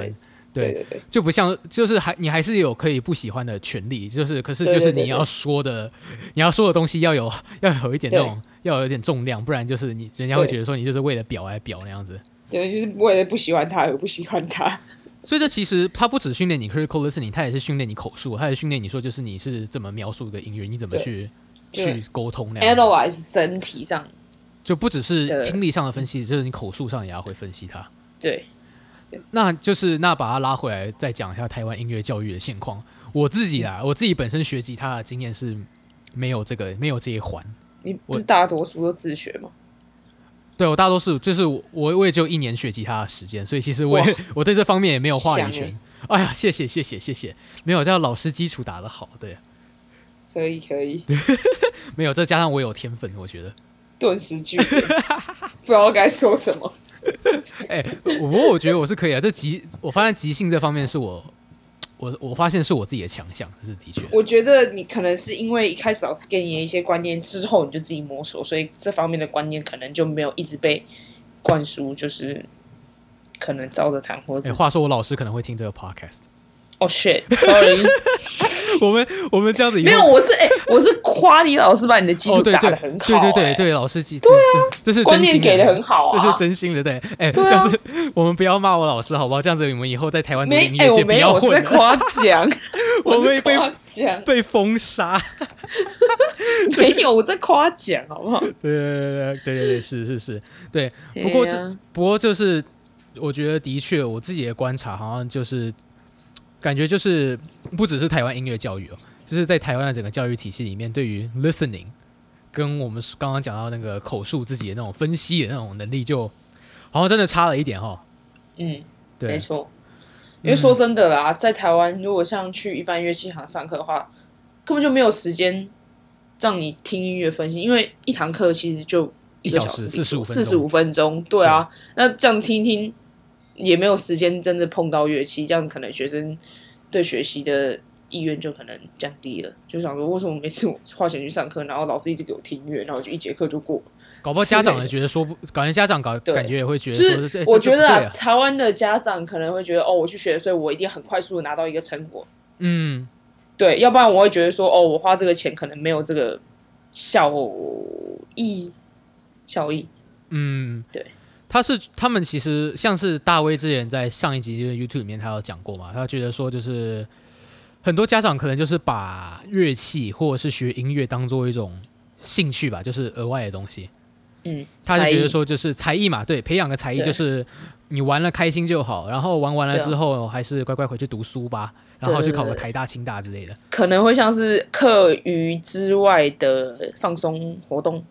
B: 对，
A: 对
B: 对对对，
A: 就不像，就是还你还是有可以不喜欢的权利，就是可是就是
B: 对对对
A: 你要说的， 你要说的东西要有 要有一点那
B: 对
A: 种要有一点重量，不然就是你人家会觉得说你就是为了表而表那样子。
B: 对，就是为了不喜欢他而不喜欢他。
A: 所以这其实它不只训练你 critical listening，它也是训练你口述，它也训练你说就是你是怎么描述一个音乐，你怎么
B: 对
A: 去去
B: 对
A: 沟通那样子。
B: Analyze 整体上，
A: 就不只是
B: 对
A: 听力上的分析，就是你口述上也要会分析它。
B: 对，
A: 那就是那把它拉回来，再讲一下台湾音乐教育的现况。我自己啦，我自己本身学吉他的经验是没有这个没有这一环。
B: 你
A: 我
B: 不是大多数都自学吗？
A: 对我大多数就是我我我也只有一年学吉他的时间，所以其实我也 我对这方面也没有话语
B: 想
A: 权。哎呀，谢谢谢谢谢谢，没有，这样老师基础打得好，对，
B: 可以可以，
A: 没有，再加上我有天分，我觉得。
B: 顿时句点，不知道该说什么。
A: 哎、我不过我觉得我是可以啊，这即我发现即兴这方面是我我我发现是我自己的强项，这是的确。
B: 我觉得你可能是因为一开始老师给你一些观念之后，你就自己摸索，所以这方面的观念可能就没有一直被灌输，就是可能照着谈或
A: 哎、
B: 者
A: 话说我老师可能会听这个 podcast。
B: 哦、shit，sorry，
A: 我们我们这样子以
C: 没有，
A: 后。
C: 我是哎、我是夸你老师把你的基
A: 哦，
C: 础
A: 对
C: 打
A: 对
C: 得
A: 对
C: 很好、
A: 对对
C: 哎
A: 对，老师记对啊，这是
B: 观
A: 真
B: 念
A: 心
B: 给的很好
A: 这
B: 啊。
A: 是真心的，对，哎，
C: 对啊
A: 要是我们不要骂我老师好不好？这样子你们以后在台湾的音
B: 没哎、
A: 乐
B: 我
A: 界不
B: 没
A: 要
B: 有我
A: 混
B: 在
A: 了，
B: 夸奖，
A: 我
B: 我
A: 会
B: 在
A: 被
B: 夸奖，
A: 被封杀。
B: 没有我在夸奖，好不好？
A: 对对对对 对对对，是是是，对。不过
B: 对
A: 这
B: 啊
A: 不过就是，我觉得的确，我自己的观察好像就是，感觉就是不只是台湾音乐教育哦，就是在台湾的整个教育体系里面，对于 listening 跟我们刚刚讲到那个口述自己的那种分析的那种能力就，好像真的差了一点哈、哦。
B: 嗯，
A: 对
B: 没，错。因为说真的啦，在台湾，如果像去一般乐器行上课的话，根本就没有时间让你听音乐分析，因为一堂课其实就
A: 一
B: 个
A: 小时
B: 时
A: 45分
B: 四十
A: 钟
B: 五分钟，对啊，那这样听一听也没有时间真的碰到乐器，这样可能学生对学习的意愿就可能降低了，就想说为什么每次我花钱去上课，然后老师一直给我听音乐，然后就一节课就过了
A: 搞不好
B: 之
A: 家长
B: 类
A: 也
B: 的
A: 觉得说不，感觉家长搞
B: 对
A: 感觉也会觉得
B: 就
A: 说，
B: 是
A: 这
B: 我觉得
A: 啊
B: 啊，台湾的家长可能会觉得，哦，我去学，所以我一定很快速的拿到一个成果，
A: 嗯，
B: 对，要不然我会觉得说，哦，我花这个钱可能没有这个效益，效益，
A: 嗯，
B: 对，
A: 他是他们其实像是大威之前在上一集就是 YouTube 里面他有讲过嘛，他觉得说就是很多家长可能就是把乐器或者是学音乐当做一种兴趣吧，就是额外的东西。
B: 嗯，
A: 他就
B: 才艺
A: 觉得，说就是才艺嘛，对，培养个才艺
B: 对
A: 就是你玩了开心就好，然后玩完了
B: 对啊
A: 之后还是乖乖回去读书吧，然
B: 对
A: 后去
B: 对
A: 考个
B: 对
A: 台大、清大之类的。
B: 可能会像是课余之外的放松活动、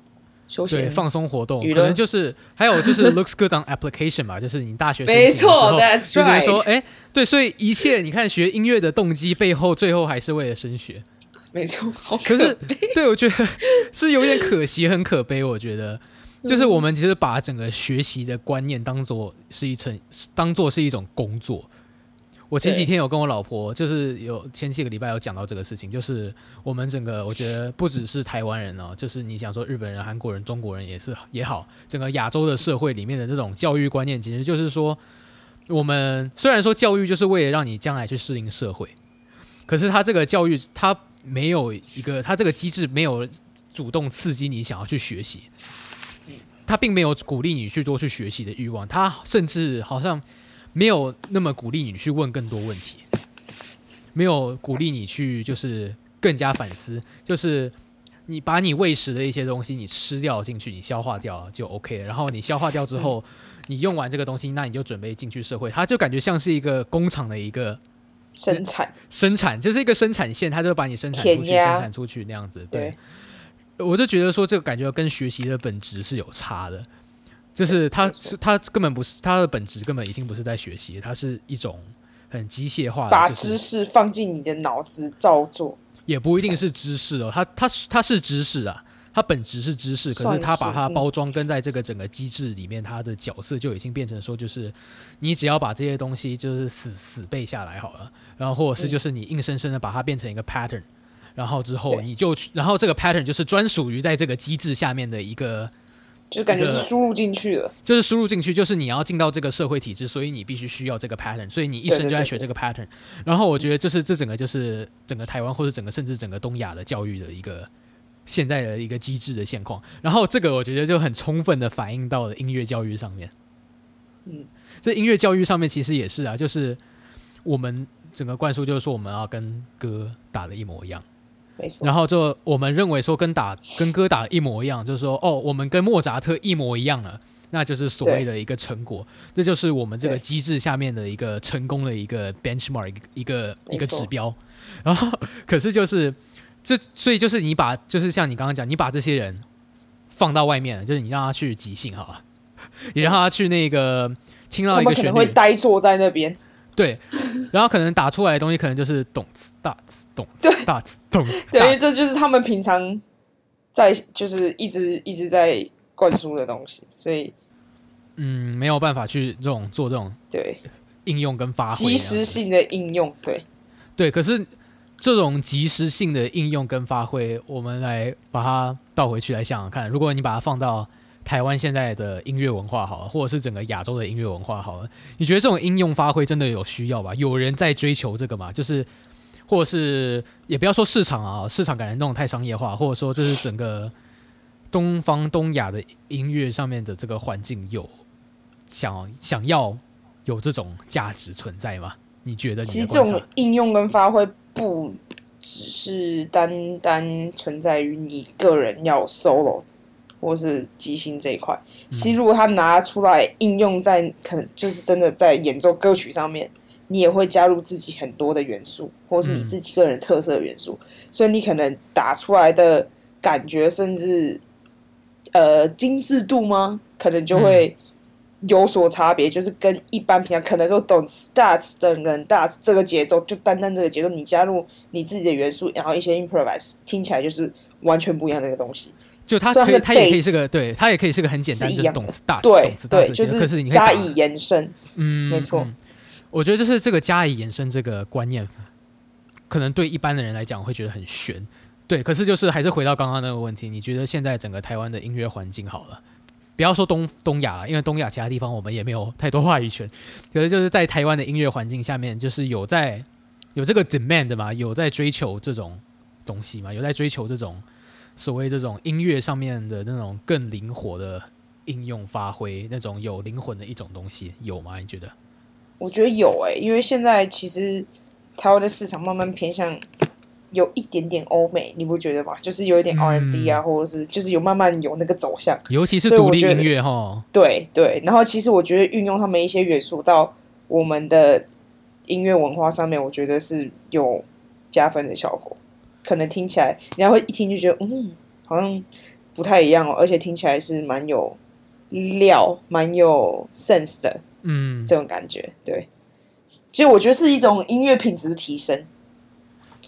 B: 休
A: 对，
B: 闲，
A: 放松活动，
B: 娱
A: 可能
B: 乐
A: 就是还有就是 looks good on application 嘛，就是你大学申请
B: 没
A: 的时候
B: 错，That's
A: 就觉得说，
B: right，
A: 哎、对，所以一切你看学音乐的动机背后，最后还是为了升学。
B: 没错，好
A: 可是，对我觉得是有点可惜，很可悲。我觉得，就是我们其实把整个学习的观念当做是一层，当做是一种工作。我前几
B: 对
A: 天有跟我老婆，就是有前几个礼拜有讲到这个事情，就是我们整个我觉得不只是台湾人哦，就是你想说日本人、韩国人、中国人也是也好，整个亚洲的社会里面的那种教育观念，其实就是说，我们虽然说教育就是为了让你将来去适应社会，可是他这个教育他没有一个，他这个机制没有主动刺激你想要去学习，他并没有鼓励你去多去学习的欲望，他甚至好像没有那么鼓励你去问更多问题，没有鼓励你去就是更加反思，就是。你把你喂食的一些东西，你吃掉进去，你消化掉就 OK 了。然后你消化掉
B: 嗯
A: 之后，你用完这个东西，那你就准备进去社会。它就感觉像是一个工厂的一个
B: 生产，
A: 生产，就是一个生产线，它就把你生产出去，
B: 填鸭
A: 生产出去那样子。对
B: 对，
A: 我就觉得说这个感觉跟学习的本质是有差的，就是它
B: 没错
A: 是它根本不是它的本质，根本已经不是在学习，它是一种很机械化
B: 把
A: 的，啊就
B: 知
A: 是
B: 识放进你的脑子照做，
A: 也不一定是知识哦，它它是它是知识啊。它本质是知识，可
B: 算
A: 是
B: 是
A: 它把它
B: 嗯
A: 包装跟在这个整个机制里面，它的角色就已经变成说，就是你只要把这些东西就是死死背下来好了，然后或者是
B: 嗯
A: 就是你硬生生的把它变成一个 pattern，然后之后
B: 对
A: 你就去，然后这个 pattern 就是专属于在这个机制下面的一个，
B: 就感觉
A: 对
B: 是输入进去了，
A: 就是输入进去，就是你要进到这个社会体制，所以你必须需要这个 pattern，所以你一生就在学这个 pattern。然后我觉得就是这整个就是整个台湾或者整个甚至整个东亚的教育的一个。现在的一个机制的现况，然后这个我觉得就很充分的反映到了音乐教育上面。
B: 嗯，
A: 这音乐教育上面其实也是啊，就是我们整个灌输就是说我们要跟歌打的一模一样。
B: 没错
A: 然，后就我们认为说跟打跟歌打一模一样，就是说哦，我们跟莫扎特一模一样了，那就是所谓的一个成果，这就是我们这个
B: 对
A: 机制下面的一个成功的一个 benchmark 一个一
B: 没
A: 个
B: 错
A: 指标。然后可是就是这，所以就是你把就是像你刚刚讲，你把这些人放到外面，就是你让他去即兴好了， 你让他去那个听到
B: 他
A: 一个
B: 们可能
A: 旋
B: 会
A: 律，
B: 呆坐在那边，
A: 对，然后可能打出来的东西可能就是咚次大次咚次大次咚次大
B: 对，因为这就是他们平常在就是一直一直在灌输的东西，所以
A: 嗯，没有办法去这种做这种
B: 对
A: 应用跟发挥这
B: 及
A: 样子，
B: 时性的应用，对，
A: 对。可是这种及时性的应用跟发挥，我们来把它倒回去来想想看，如果你把它放到台湾现在的音乐文化好了，或者是整个亚洲的音乐文化好了，你觉得这种应用发挥真的有需要吧？有人在追求这个吗？就是，或者是也不要说市场啊，市场感觉弄得太商业化，或者说就是整个东方东亚的音乐上面的这个环境有想想要有这种价值存在吗？你觉得
B: 其
A: 你
B: 实
A: 的
B: 这
A: 观察？
B: 种应用跟发挥不只是单单存在于你个人要 solo 或是即兴这一块，
A: 嗯
B: 其实如果他拿出来应用在可能就是真的在演奏歌曲上面，你也会加入自己很多的元素，或是你
A: 嗯
B: 自己个人特色的元素，所以你可能打出来的感觉甚至呃精致度吗？可能就会
A: 嗯
B: 有所差别，就是跟一般平常可能说懂 stats 的人 stats 这个节奏，就单单这个节奏，你加入你自己的元素，然后一些 improvise，听起来就是完全不一样的一个东西。
A: 就它
B: 虽然
A: 可以，它
B: 它的
A: 也可以
B: base
A: 是个，对，它也可以是个很简单，
B: 是一
A: 就是
B: 样
A: 懂
B: 的
A: 词大词，
B: 对
A: 啊懂词大
B: 对，
A: 词，
B: 就
A: 可是你可以
B: 加
A: 打
B: 以延伸，
A: 嗯，
B: 没错
A: 嗯我觉得就是这个加以延伸这个观念，可能对一般的人来讲会觉得很悬。对，可是就是还是回到刚刚那个问题，你觉得现在整个台湾的音乐环境好了？不要说东东亚了，因为东亚其他地方我们也没有太多话语权。可是就是在台湾的音乐环境下面，就是有在有这个 demand 嘛，有在追求这种东西嘛，有在追求这种所谓这种音乐上面的那种更灵活的应用发挥，那种有灵魂的一种东西，有吗？你觉得？
B: 我觉得有诶、因为现在其实台湾的市场慢慢偏向有一点点欧美，你不觉得吗？就是有一点
A: 嗯
B: R&B 啊，或者是就是有慢慢有那个走向。
A: 尤其是
B: 所以
A: 独
B: 我
A: 立
B: 觉得
A: 音乐哈，
B: 对对，然后其实我觉得运用他们一些元素到我们的音乐文化上面，我觉得是有加分的效果。可能听起来人家会一听就觉得，嗯，好像不太一样哦，而且听起来是蛮有料、蛮有 sense 的
A: 嗯，
B: 这种感觉。对，其实我觉得是一种音乐品质的提升。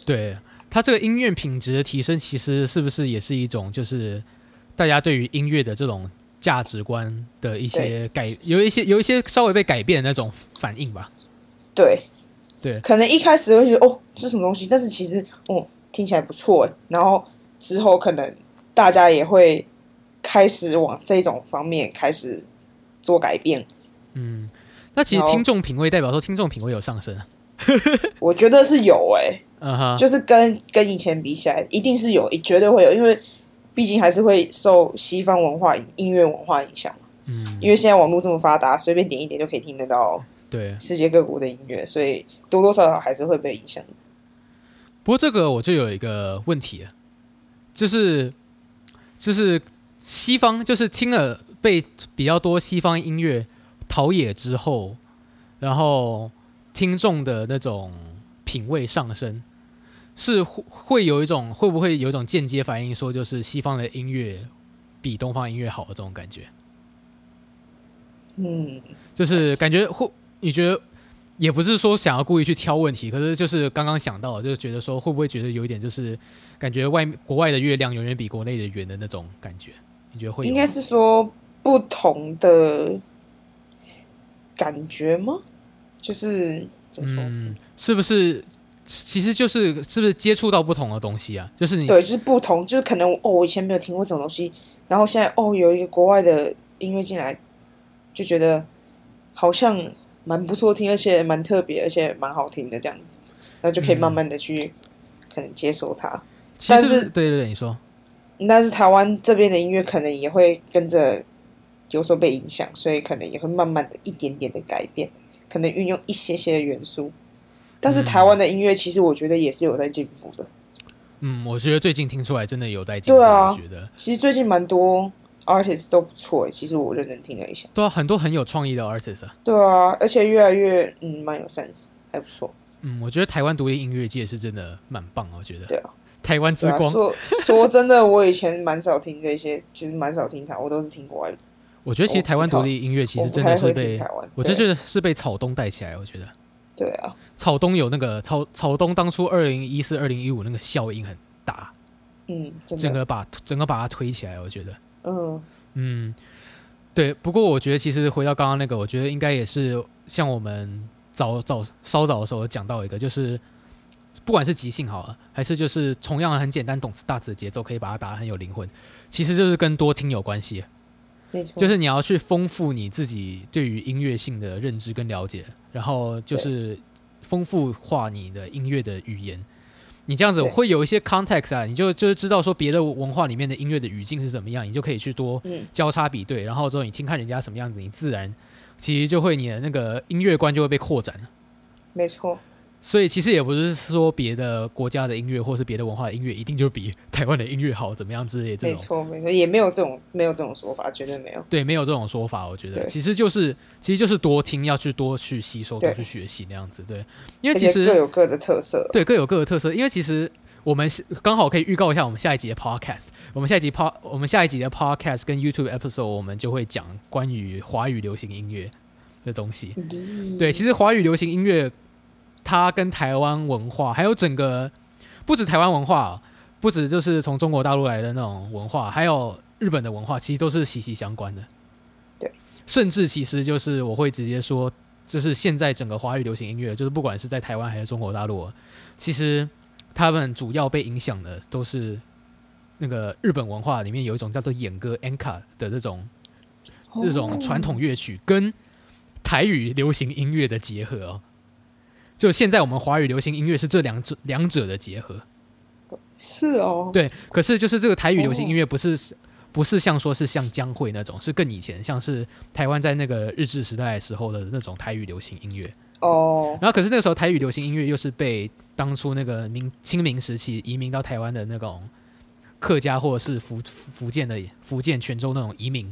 A: 对，它这个音乐品质的提升，其实是不是也是一种就是大家对于音乐的这种价值观的一些改，有一些有一些稍微被改变的那种反应吧？
B: 对，
A: 对
B: 可能一开始会觉得哦，这是什么东西，但是其实哦，听起来不错哎。然后之后可能大家也会开始往这种方面开始做改变。
A: 嗯，那其实
B: 有
A: 听众品味代表说听众品味有上升啊，
B: 我觉得是有哎，
A: 嗯哼，
B: 就是跟跟以前比起来，一定是有，绝对会有，因为毕竟还是会受西方文化、音乐文化影响。
A: 嗯，
B: 因为现在网络这么发达，随便点一点就可以听得到
A: 对。
B: 世界各国的音乐，所以多多少少还是会被影响。
A: 不过这个我就有一个问题了，就是就是西方就是听了被比较多西方音乐陶冶之后，然后听众的那种品味上升，是会会有一种会不会有一种间接反应，说就是西方的音乐比东方音乐好的这种感觉，
B: 嗯，
A: 就是感觉会你觉得。也不是说想要故意去挑问题，可是就是刚刚想到，就是觉得说会不会觉得有一点就是感觉外国外的月亮永远比国内的圆的那种感觉，你觉得会有
B: 应
A: 吗？
B: 该是说不同的感觉吗？就是怎么说？
A: 嗯，是不是？其实就是是不是接触到不同的东西啊？就是你
B: 对，就是不同，就是可能哦，我以前没有听过这种东西，然后现在哦，有一个国外的音乐进来，就觉得好像蛮不错听，而且蛮特别，而且蛮好听的这样子，那就可以
A: 嗯
B: 慢慢的去、可能接受它。
A: 其实
B: 但是
A: 对对对，你说
B: 但是台湾这边的音乐可能也会跟着有所被影响，所以可能也会慢慢的一点点的改变，可能运用一些些的元素。但是台湾的音乐其实我觉得也是有在进步的，
A: 嗯，我觉得最近听出来真的有在进步，
B: 对啊
A: 我觉得
B: 其实最近蛮多 artist 都不错欸，其实我认真听了一下，
A: 对啊，很多很有创意的 artist 啊。
B: 对啊，而且越来越嗯蛮有 sense，还不错，
A: 嗯，我觉得台湾独立音乐界是真的蛮棒啊，我觉得
B: 对啊，
A: 台湾之
B: 对啊，
A: 光，
B: 说说真的，我以前蛮少听这些，就是蛮少听台，我都是听国外的，
A: 我觉得其实
B: 我不
A: 台湾
B: 知道
A: 独立音乐其
B: 我
A: 实
B: 不
A: 真
B: 太
A: 的是
B: 会听
A: 被
B: 台湾，
A: 我
B: 对
A: 这是是被草东带起来，我觉得
B: 对啊，
A: 草东有那个草草东当初二零一四二零一五那个效应很大，
B: 嗯，
A: 整
B: 真的，
A: 个把整个把它推起来，我觉得。
B: 嗯，
A: 嗯，对。不过我觉得，其实回到刚刚那个，我觉得应该也是像我们早早稍早的时候有讲到一个，就是不管是即兴好了，还是就是同样很简单懂词大词的节奏，可以把它打得很有灵魂，其实就是跟多听有关系。啊
B: 没错，
A: 就是你要去丰富你自己对于音乐性的认知跟了解，然后就是丰富化你的音乐的语言。你这样子
B: 对
A: 会有一些 context 啊，你就就是知道说别的文化里面的音乐的语境是怎么样，你就可以去多
B: 嗯
A: 交叉比对，然后之后你听看人家什么样子，你自然其实就会你的那个音乐观就会被扩展。
B: 没错，
A: 所以其实也不是说别的国家的音乐或是别的文化的音乐一定就比台湾的音乐好怎么样之类的这
B: 没
A: 种，
B: 错，没错，也没有这种没有这种说法，绝对没有。
A: 对，没有这种说法，我觉得
B: 对
A: 其实就是其实就是多听，要去多去吸收，
B: 对
A: 多去学习那样子，对，因为
B: 而
A: 其
B: 且各
A: 实
B: 有各的特色，
A: 对各有各的特色，因为其实。我们是刚好可以预告一下我们下一集的 podcast。我们下一集 pod，我们下一集的 podcast 跟 YouTube episode，我们就会讲关于华语流行音乐的东西。
B: 嗯
A: 对，其实华语流行音乐，它跟台湾文化，还有整个不止台湾文化哦，不止就是从中国大陆来的那种文化，还有日本的文化，其实都是息息相关的。
B: 对，
A: 甚至其实就是我会直接说，就是现在整个华语流行音乐，就是不管是在台湾还是中国大陆哦，其实他们主要被影响的都是那个日本文化里面有一种叫做演歌 anka 的这种
B: 哦
A: 这种传统乐曲跟台语流行音乐的结合哦。就现在我们华语流行音乐是这两者两者的结合，
B: 是哦，
A: 对。可是就是这个台语流行音乐不是、不是像说是像江蕙那种，是更以前像是台湾在那个日治时代的时候的那种台语流行音乐。
B: 哦，
A: 然后可是那时候台语流行音乐又是被当初那个明清明时期移民到台湾的那种客家或者是福福福建的福建泉州那种移民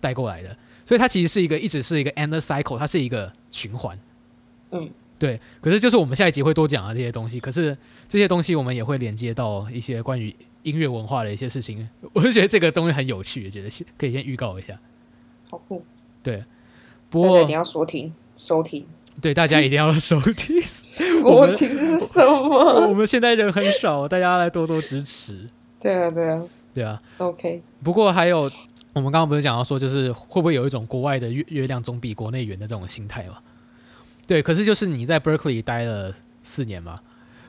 A: 带过来的，所以它其实是一个一直是一个 end cycle，它是一个循环。
B: 嗯，
A: 对。可是就是我们下一集会多讲啊这些东西，可是这些东西我们也会连接到一些关于音乐文化的一些事情， 我就觉得这个东西很有趣，觉得先可以先预告一下。
B: 好酷，
A: 不
B: 大家一定
A: 过
B: 要收听，收听，
A: 对大家一定要收听。 我
B: 收
A: 们
B: 听这是什
A: 我
B: 么？
A: 们现在人很少，大家来多多支持，
B: 对啊，对啊
A: 对啊。
B: ，OK，
A: 不过还有，我们刚刚不是讲到说，就是会不会有一种国外的月月亮总比国内圆的这种心态嘛？对，可是就是你在 Berkeley 待了四年嘛，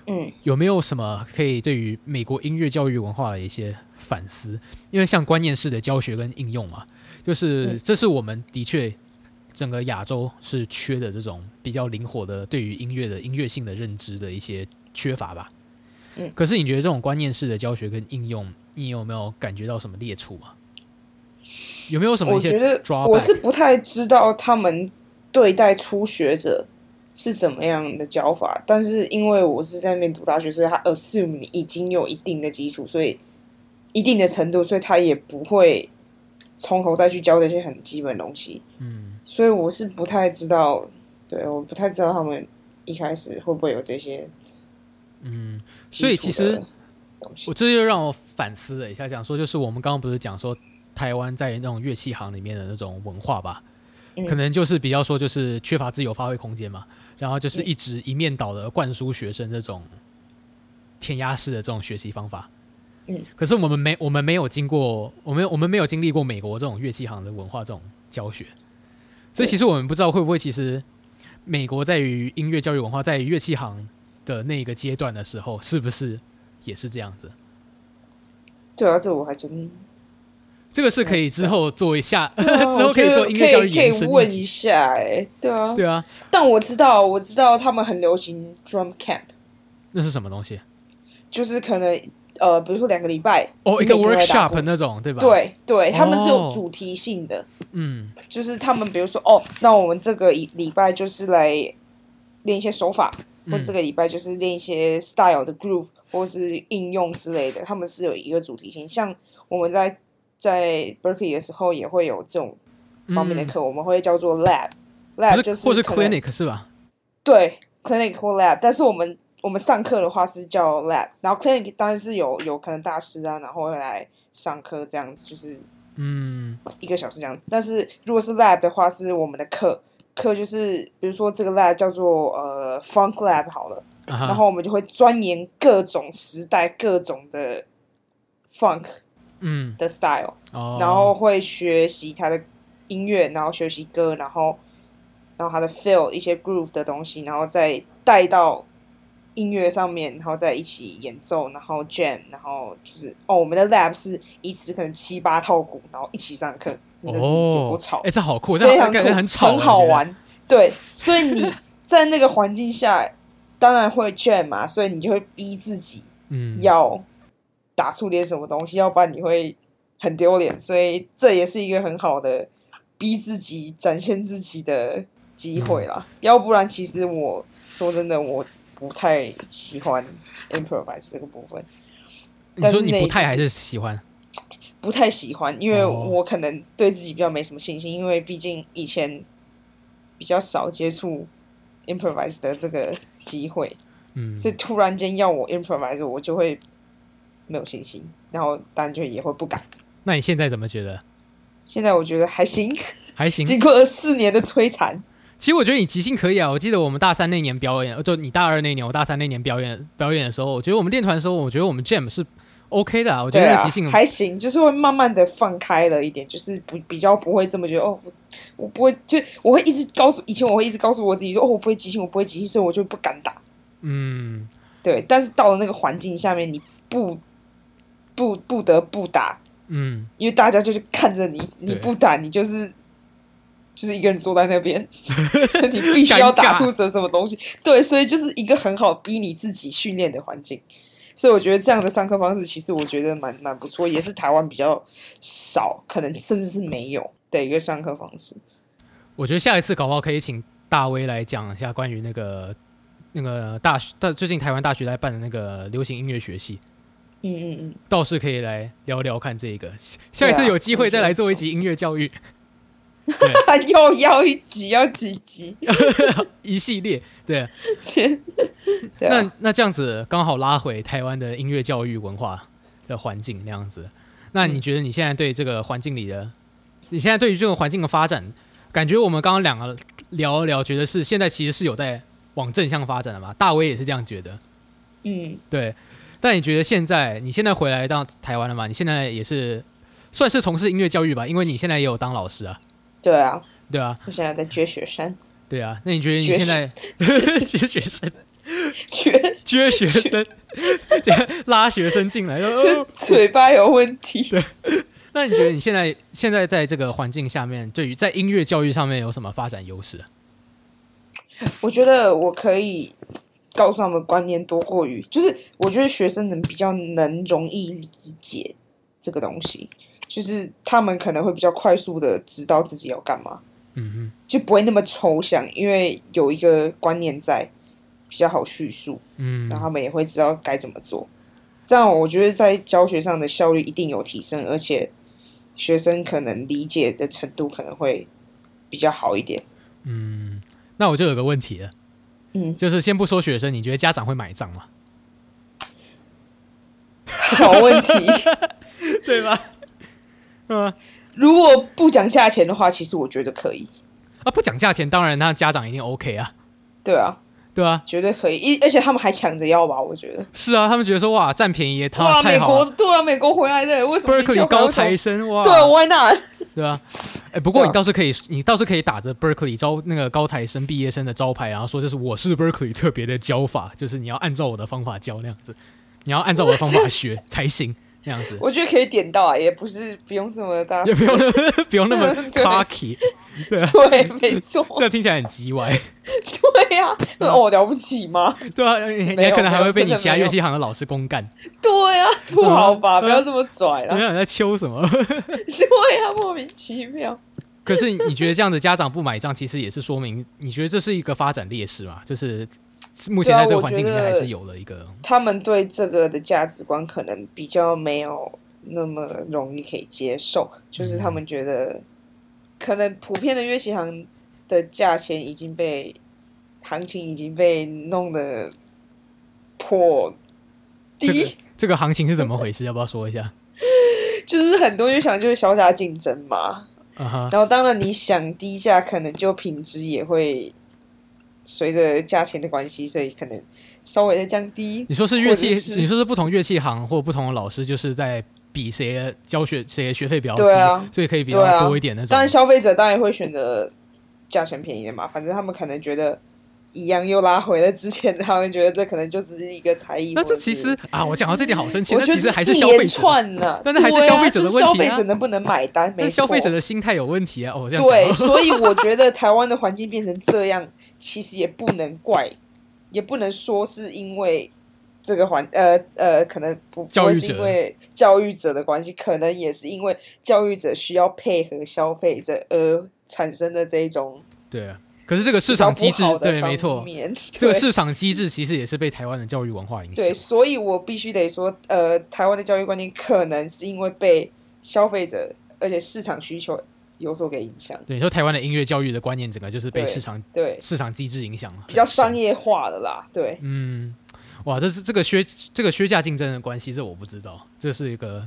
B: 嗯，
A: 有没有什么可以对于美国音乐教育文化的一些反思？因为像观念式的教学跟应用嘛，就是
B: 嗯
A: 这是我们的确整个亚洲是缺的这种比较灵活的对于音乐的音乐性的认知的一些缺乏吧。
B: 嗯
A: 可是你觉得这种观念式的教学跟应用，你有没有感觉到什么劣处吗？有没有什么
B: 我
A: 一些
B: 觉得
A: drawback？
B: 我是不太知道他们对待初学者是怎么样的教法，但是因为我是在那边读大学，所以他 assume 你已经有一定的基础，所以一定的程度，所以他也不会从头再去教这些很基本的东西。
A: 嗯，
B: 所以我是不太知道，对，我不太知道他们一开始会不会有这些
A: 嗯，
B: 基
A: 所以
B: 础
A: 其实
B: 的东西
A: 我这就让我反思了一下，讲说就是我们刚刚不是讲说台湾在那种乐器行里面的那种文化吧，
B: 嗯
A: 可能就是比较说就是缺乏自由发挥空间嘛，然后
B: 嗯
A: 就是一直一面倒的灌输学生这种填鸭式的这种学习方法。
B: 嗯，
A: 可是我们没我们没有经过，我们我们没有经历过美国这种乐器行的文化这种教学，所以
B: 对
A: 其实我们不知道会不会其实美国在于音乐教育文化在于乐器行的那个阶段的时候，是不是也是这样子？
B: 对啊，这我还真
A: 这个是可以
B: 没错
A: 之后做一下，
B: 对啊
A: 之后
B: 我
A: 可
B: 觉
A: 以
B: 得
A: 做音乐教育
B: 可以
A: 延
B: 可以
A: 伸一
B: 问一
A: 集。
B: 下、哎，对啊，
A: 对啊，
B: 但我知道，我知道他们很流行 drum camp，
A: 那是什么东西？
B: 就是可能呃，比如说两个礼拜
A: 哦，一
B: 你
A: 个
B: 每天来打鼓
A: workshop 那种，对吧？，
B: 对对，他们是
A: 哦
B: 有主题性的，
A: 嗯，
B: 就是他们比如说哦，那我们这个一礼拜就是来练一些手法，
A: 嗯
B: 或者这个礼拜就是练一些 style 的 groove 或是应用之类的，他们是有一个主题性。像我们在在 Berkeley 的时候也会有这种方面的
A: 嗯
B: 课，我们会叫做 lab，lab
A: 不
B: 就是
A: 或是
B: 可能
A: clinic 是吧？
B: 对 clinic 或 lab，但是我们我们上课的话是叫 lab，然后 clinic 当然是有有可能大师啊，然后会来上课这样子，就是
A: 嗯
B: 一个小时这样。但是如果是 lab 的话，是我们的课，课就是比如说这个 lab 叫做呃 funk lab 好了，
A: 啊
B: 然
A: 哈，
B: 后我们就会钻研各种时代各种的 funk
A: 嗯
B: 的 style，
A: 哦，
B: 然后会学习他的音乐，然后学习歌，然后然后他的 feel 一些 groove 的东西，然后再带到音乐上面，然后再一起演奏，然后 jam，然后就是哦，我们的 lab 是一次可能七八套鼓，然后一起上课，真的是有
A: 哦
B: 多，吵
A: 哎、，这好酷，这
B: 非常
A: 感
B: 酷
A: 觉很吵，
B: 很好。 玩。对，所以你在那个环境下，当然会 jam 嘛，所以你就会逼自己
A: 嗯，
B: 要打出点什么东西，要不然你会很丢脸。所以这也是一个很好的逼自己、展现自己的机会啦。要不然，其实我说真的，我不太喜欢 improvise 这个部分，
A: 你
B: 但是
A: 说你
B: 那
A: 不
B: 一
A: 太
B: 次
A: 还是喜欢？
B: 不太喜欢，因为
A: 哦
B: 我可能对自己比较没什么信心，因为毕竟以前比较少接触 improvise 的这个机会。
A: 嗯，
B: 所以突然间要我 improvise，我就会没有信心，然后当然就也会不敢。
A: 那你现在怎么觉得？
B: 现在我觉得还行，
A: 还行。
B: 经过了四年的摧残，
A: 其实我觉得你即兴可以啊。我记得我们大三那年表演，呃就你大二那年，我大三那年表演表演的时候，我觉得我们练团的时候，我觉得我们 jam 是 OK 的啊。我觉
B: 对
A: 得
B: 啊
A: 即兴，，
B: 还行，就是会慢慢的放开了一点，就是不比较不会这么觉得哦，我我不会，就我会一直告诉以前我会一直告诉我自己说哦，我不会即兴，我不会即兴，所以我就不敢打。
A: 嗯，
B: 对，但是到了那个环境下面，你不不不得不打，
A: 嗯，
B: 因为大家就是看着你，你
A: 对
B: 不打，你就是就是一个人坐在那 边，所以你必须要打出什什么东西。对，所以就是一个很好逼你自己训练的环境。所以我觉得这样的上课方式，其实我觉得蛮蛮不错，也是台湾比较少，可能甚至是没有的一个上课方式。
A: 我觉得下一次搞不好可以请大威来讲一下关于那个那个大学，但最近台湾大学在办的那个流行音乐学系，
B: 嗯嗯嗯，
A: 倒是可以来聊聊看这个。下下一次
B: 对啊
A: 有机会再来做一集音乐教育对
B: 他又要一集，要几集？
A: 一系列。对，
B: 天，对啊
A: 那那这样子刚好拉回台湾的音乐教育文化的环境那样子。那你觉得你现在对这个环境里的，你现在对于这个环境的发展，感觉我们刚刚两个聊一聊，觉得是现在其实是有在往正向发展的嘛？大威也是这样觉得，
B: 嗯，
A: 对。但你觉得现在你现在回来到台湾了嘛？你现在也是算是从事音乐教育吧，因为你现在也有当老师啊，
B: 对啊，
A: 对啊，
B: 我现在在撅雪山，
A: 对啊。那你觉得你
B: 绝
A: 现在接学 生
B: 撅
A: 接学生， 拉学生进来，哦
B: 嘴巴有问题。
A: 那你觉得你现在现在在这个环境下面，对于在音乐教育上面有什么发展优势？啊
B: 我觉得我可以告诉他们观念多过于，就是我觉得学生能比较能容易理解这个东西，就是他们可能会比较快速的知道自己要干嘛，
A: 嗯
B: 就不会那么抽象，因为有一个观念在，比较好叙述，
A: 哼，嗯
B: 然后他们也会知道该怎么做。这样我觉得在教学上的效率一定有提升，而且学生可能理解的程度可能会比较好一点。
A: 嗯，那我就有个问题了，
B: 嗯，
A: 就是先不说学生，你觉得家长会买账吗？
B: 好问题。
A: 对 吧？嗯
B: 如果不讲价钱的话，其实我觉得可以，
A: 啊，不讲价钱，当然那家长一定 OK 啊，
B: 对啊，
A: 对啊，
B: 绝对可以。一而且他们还抢着要吧，我觉得。
A: 是啊，他们觉得说哇占便宜也
B: 哇，
A: 他
B: 美
A: 太好
B: 国
A: 了
B: 对啊，美国回来的，为什么你
A: ，Berkeley
B: 教
A: 高
B: 台
A: 材啊
B: 湾
A: 生哇，
B: 对，Why not？
A: 对啊，哎，不过
B: 对
A: 你
B: 啊
A: 倒是可以，你倒是可以打着 Berkeley 招那个高材生毕业生的招牌，然后说这是我是 Berkeley 特别的教法，就是你要按照我的方法教那样子，你要按照我的方法学才行，那样 子
B: 我觉得可以点到啊，也不是不用这么大
A: 也。不用 不用那么
B: 对
A: cocky，
B: 对，没错，
A: 这样听起来很鸡歪，
B: 对呀、
A: 嗯
B: 啊，哦，了不起吗？
A: 对啊，你你
B: 没
A: 还
B: 有
A: 可能还
B: 没
A: 会
B: 有
A: 被
B: 真
A: 你
B: 的
A: 其他
B: 没
A: 乐
B: 有
A: 器行的老师公 干，
B: 对啊，不好吧？
A: 嗯
B: 不要这么拽
A: 你
B: 啦。
A: 想在秋什么？
B: 对啊，莫名其妙。
A: 可是你觉得这样的家长不买账，其实也是说明你觉得这是一个发展劣势嘛？就是目前
B: 对啊
A: 在这个
B: 我
A: 环
B: 觉
A: 境里面还
B: 得
A: 是有了一个，
B: 他们对这个的价值观可能比较没有那么容易可以接受，就是他
A: 嗯
B: 们觉得可能普遍的乐器行的价钱已经被行情已经被弄得破低，
A: 这个这个行情是怎么回事？要不要说一下？
B: 就是很多乐器行就是小价竞争嘛。
A: 啊哈，
B: 然后当然你想低价，可能就品质也会随着价钱的关系，所以可能稍微的降低
A: 你。说是乐器
B: 或者，是
A: 你说是不同乐器行或不同的老师，就是在比谁的教学谁的学费比较低，
B: 对啊
A: 所以可以比
B: 对啊
A: 较多一点那种。
B: 当然，消费者当然会选择价钱便宜的嘛，反正他们可能觉得一样又拉回了之前，他们觉得这可能就只是一个才艺。
A: 那这其实啊，我讲到这点好生气，
B: 我
A: 那
B: 觉得
A: 其实还是
B: 一
A: 消费
B: 连
A: 者，
B: 串 呢，
A: 但那还是
B: 对啊
A: 消费者的
B: 就是
A: 问题啊
B: 消费者能不能 买单？
A: 那
B: 没错
A: 消费者的心态有问题啊。哦，这样
B: 对，
A: 讲，
B: 所以我 觉得台湾的环境变成这样，其实也不能怪，也不能说是因为这个环呃呃，可能不
A: 教育者
B: 不会是因为教育者的关系，可能也是因为教育者需要配合消费者而产生的这一种
A: 对啊。可是这个市场机
B: 比
A: 制
B: 较不好，的
A: 对，没
B: 方
A: 错，
B: 面
A: 这个
B: 对
A: 市场机制其实也是被台湾的教育文化影响。
B: 对，所以我必须得说，呃，台湾的教育观念可能是因为被消费者而且市场需求有所给影响，
A: 对，你说台湾的音乐教育的观念，整个就是被
B: 对
A: 市场
B: 对，
A: 市场机制影响了，
B: 比较商业化的啦，对。
A: 嗯，哇，这是这个削这个削价竞争的关系，这我不知道，这是一个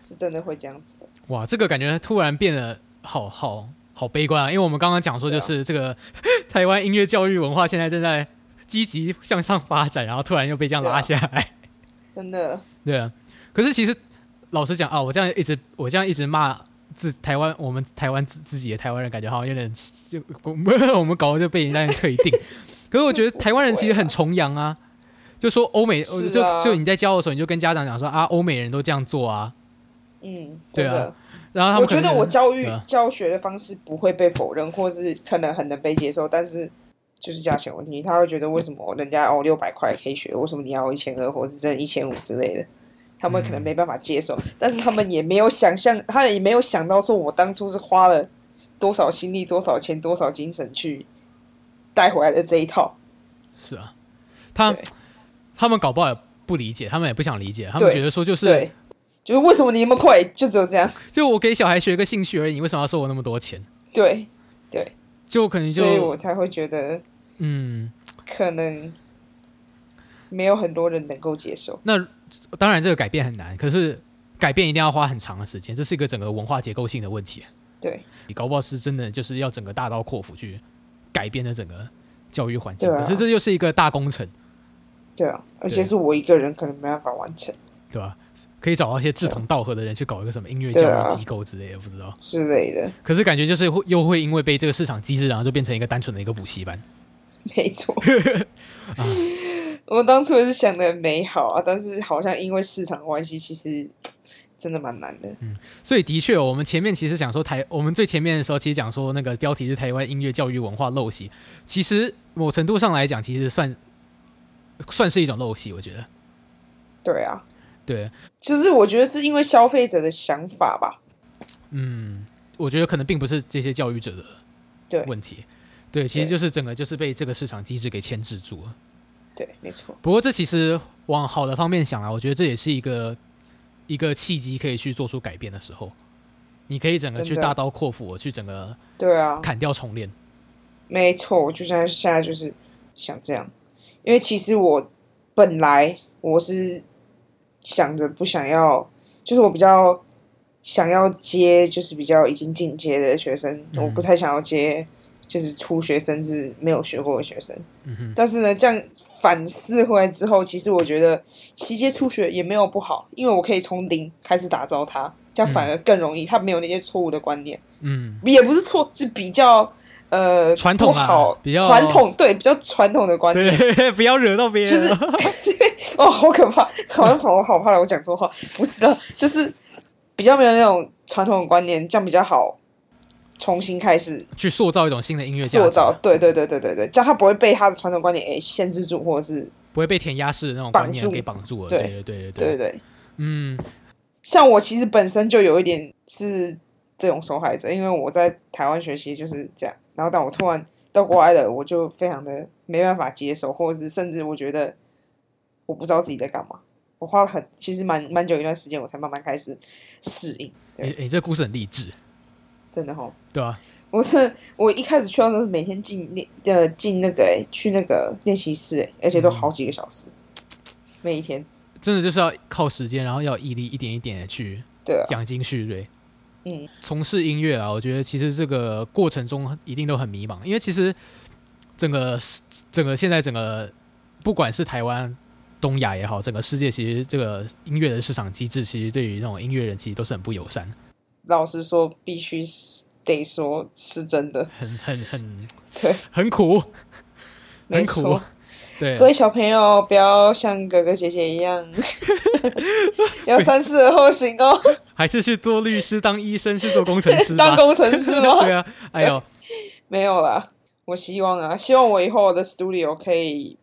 B: 是真的会这样子的。
A: 哇，这个感觉突然变得好好好悲观啊！因为我们刚刚讲说，就是这个、 台湾音乐教育文化现在正在积极向上发展，然后突然又被这样拉
B: 啊
A: 下来，
B: 真的，
A: 对啊。可是其实老实讲啊，我这样一直我这样一直骂。自台湾，我们台湾自自己的台湾人，感觉好像有点 就我们搞得就被人家退 订。可是我觉得台湾人其实很崇洋啊，就说欧美，
B: 是
A: 就
B: 啊
A: 就你在教的时候，你就跟家长讲说啊，欧美人都这样做啊，
B: 嗯，
A: 对
B: 真
A: 啊
B: 的。
A: 然后他
B: 我
A: 们可
B: 觉
A: 能
B: 得我教育
A: 对啊
B: 教学的方式不会被否认，或是可能很能被接受，但是就是价钱问题，他会觉得为什么人家哦六百块可以学，为什么你要一千二或是真一千五之类的。他们
A: 嗯
B: 可能没办法接受，但是他们也没有想象，他也没有想到说，我当初是花了多少心力、多少钱、多少精神去带回来的这一套。
A: 是啊，他
B: 对
A: 他们搞不好也不理解，他们也不想理解，他们觉得说就是
B: 对，就是为什么你那么贵，就只有这样。
A: 就我给小孩学个兴趣而已，为什么要收我那么多钱？
B: 对，
A: 就可能
B: 所以我
A: 就
B: 才会觉得
A: 嗯，
B: 可能没有很多人能够接受。
A: 那当然这个改变很难，可是改变一定要花很长的时间，这是一个整个文化结构性的问题。
B: 对，
A: 你搞不好是真的就是要整个大刀阔斧去改变的整个教育环境，
B: 对啊
A: 可是这又是一个大工程，
B: 对啊，而且是我一个人可能没办法完成
A: 对吧？可以找到一些志同道合的人去搞一个什么音乐
B: 对
A: 教
B: 啊
A: 育机构之类的，不知道。
B: 之类的，
A: 可是感觉就是会又会因为被这个市场机制，然后就变成一个单纯的一个补习班。
B: 没错。 我当初也是想的很美好啊，但是好像因为市场关系，其实真的蛮难的。
A: 所以的确，我们前面其实想说台，我们最前面的时候其实讲说那个标题是台湾音乐教育文化陋习，其实某程度上来讲，其实算算是一种陋习，我觉得。
B: 对啊，
A: 对，
B: 就是我觉得是因为消费者的想法吧。
A: 嗯，我觉得可能并不是这些教育者
B: 对
A: 的问题，对，其实就是整个就是被这个市场机制给牵制住了。
B: 对，没错。
A: 不过这其实往好的方面想啊，我觉得这也是一个一个契机，可以去做出改变的时候，你可以整个去
B: 真的
A: 大刀阔斧，去整个
B: 对啊，
A: 砍掉重练。
B: 没错，我就现在现在就是想这样，因为其实我本来我是想着不想要，就是我比较想要接就是比较已经进阶的学生，
A: 嗯
B: 我不太想要接就是初学生至没有学过的学生。
A: 嗯哼，
B: 但是呢，这样反思回来之后，其实我觉得其接初学也没有不好，因为我可以从零开始打造他，这样反而更容易，他没有那些错误的观念。
A: 嗯。
B: 也不是错，是比较呃
A: 传统
B: 不
A: 啊
B: 好，
A: 比较
B: 传统，对，比较传统的观念。
A: 对， 不要惹到别人。
B: 就是哦，好可怕！好像好好怕我讲错话， 不知道，就是比较没有那种传统的观念，这样比较好重新开始
A: 去塑造一种新的音乐价值
B: 塑造。对对对对对对，这样他不会被他的传统观念诶限制住，或者是
A: 不会被填鸭式的那种观念
B: 绑住
A: 给绑住了。
B: 对
A: 对对对
B: 对对对。
A: 嗯，
B: 像我其实本身就有一点是这种受害者，因为我在台湾学习就是这样，然后但我突然到国外了，我就非常的没办法接受，或者是甚至我觉得我不知道自己在干嘛。我花了很其实蛮蛮久一段时间，我才慢慢开始适应，
A: 你
B: 对
A: 你这故事很励志，
B: 真的哈。
A: 对吧？
B: 我是我一开始去到都是每天进练呃进那个、欸、去那个练习室、欸，而且都好几个小时，每一天。
A: 真的就是要靠时间，然后要毅力，一点一点的去
B: 对啊，
A: 养精蓄锐。
B: 嗯，
A: 从事音乐啊，我觉得其实这个过程中一定都很迷茫，因为其实整个整个现在整个不管是台湾、东亚也好，整个世界其实这个音乐的市场机制，其实对于那种音乐人其实都是很不友善，
B: 老实说，必须是得说是真的。
A: 很很很
B: 对
A: 很苦。
B: 没
A: 很
B: 错
A: 苦。。啊对
B: 各，位小朋友，不要像哥哥姐姐一 样，要三思而后行哦。
A: 还是去做律师、当医生、去做工程师吧
B: 当。工程师 吗？
A: 对啊，哎 呦，
B: 没有啦，我希望啊，希望我以后我的 studio 可以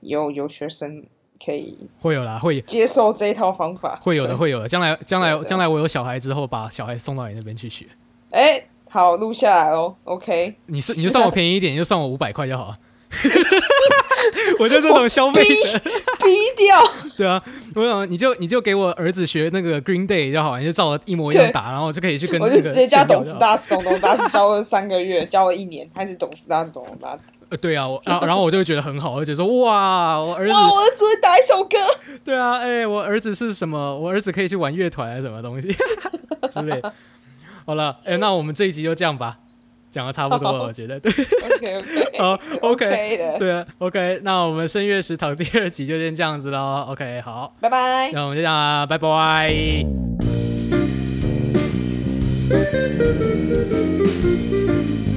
B: 有有学生可以
A: 会有啦，会
B: 接受这一套方法，
A: 会有的，
B: 对。
A: 会有的。将来将来
B: 对对
A: 将来我有小孩之后，把小孩送到你那边去学。
B: 哎、好，录下来哦，OK。
A: 你是你就算我便宜一点，你就算我五百块就 好了。我就这种消费者，
B: 逼掉，
A: 对啊，我想你就你就给我儿子学那个 Green Day 就好，你就照着一模一样
B: 对
A: 打，然后我就可以去跟
B: 我
A: 那
B: 就
A: 个
B: 直接加
A: 炫耀
B: 董
A: 就
B: 事
A: 好
B: 大子，董董大子教了三个月，教了一年，还是董事大子，董董 大子。
A: 呃对啊，我然后然后我就会觉得很好，我就觉得说哇，我儿子
B: 哇，我儿子会打一 首歌，
A: 对啊，哎、我儿子是什么？我儿子可以去玩乐团还啊是什么东西 之类。好了，哎、那我们这一集就这样吧，讲的差不多了，
B: 好
A: 我觉 得。对，
B: OK OK
A: 好，OK，
B: OK 的，
A: 对啊，OK，那我们声乐食堂第二集就先这样子喽。OK，好，
B: 拜拜。
A: 那我们就这样啦，拜拜。
D: Thank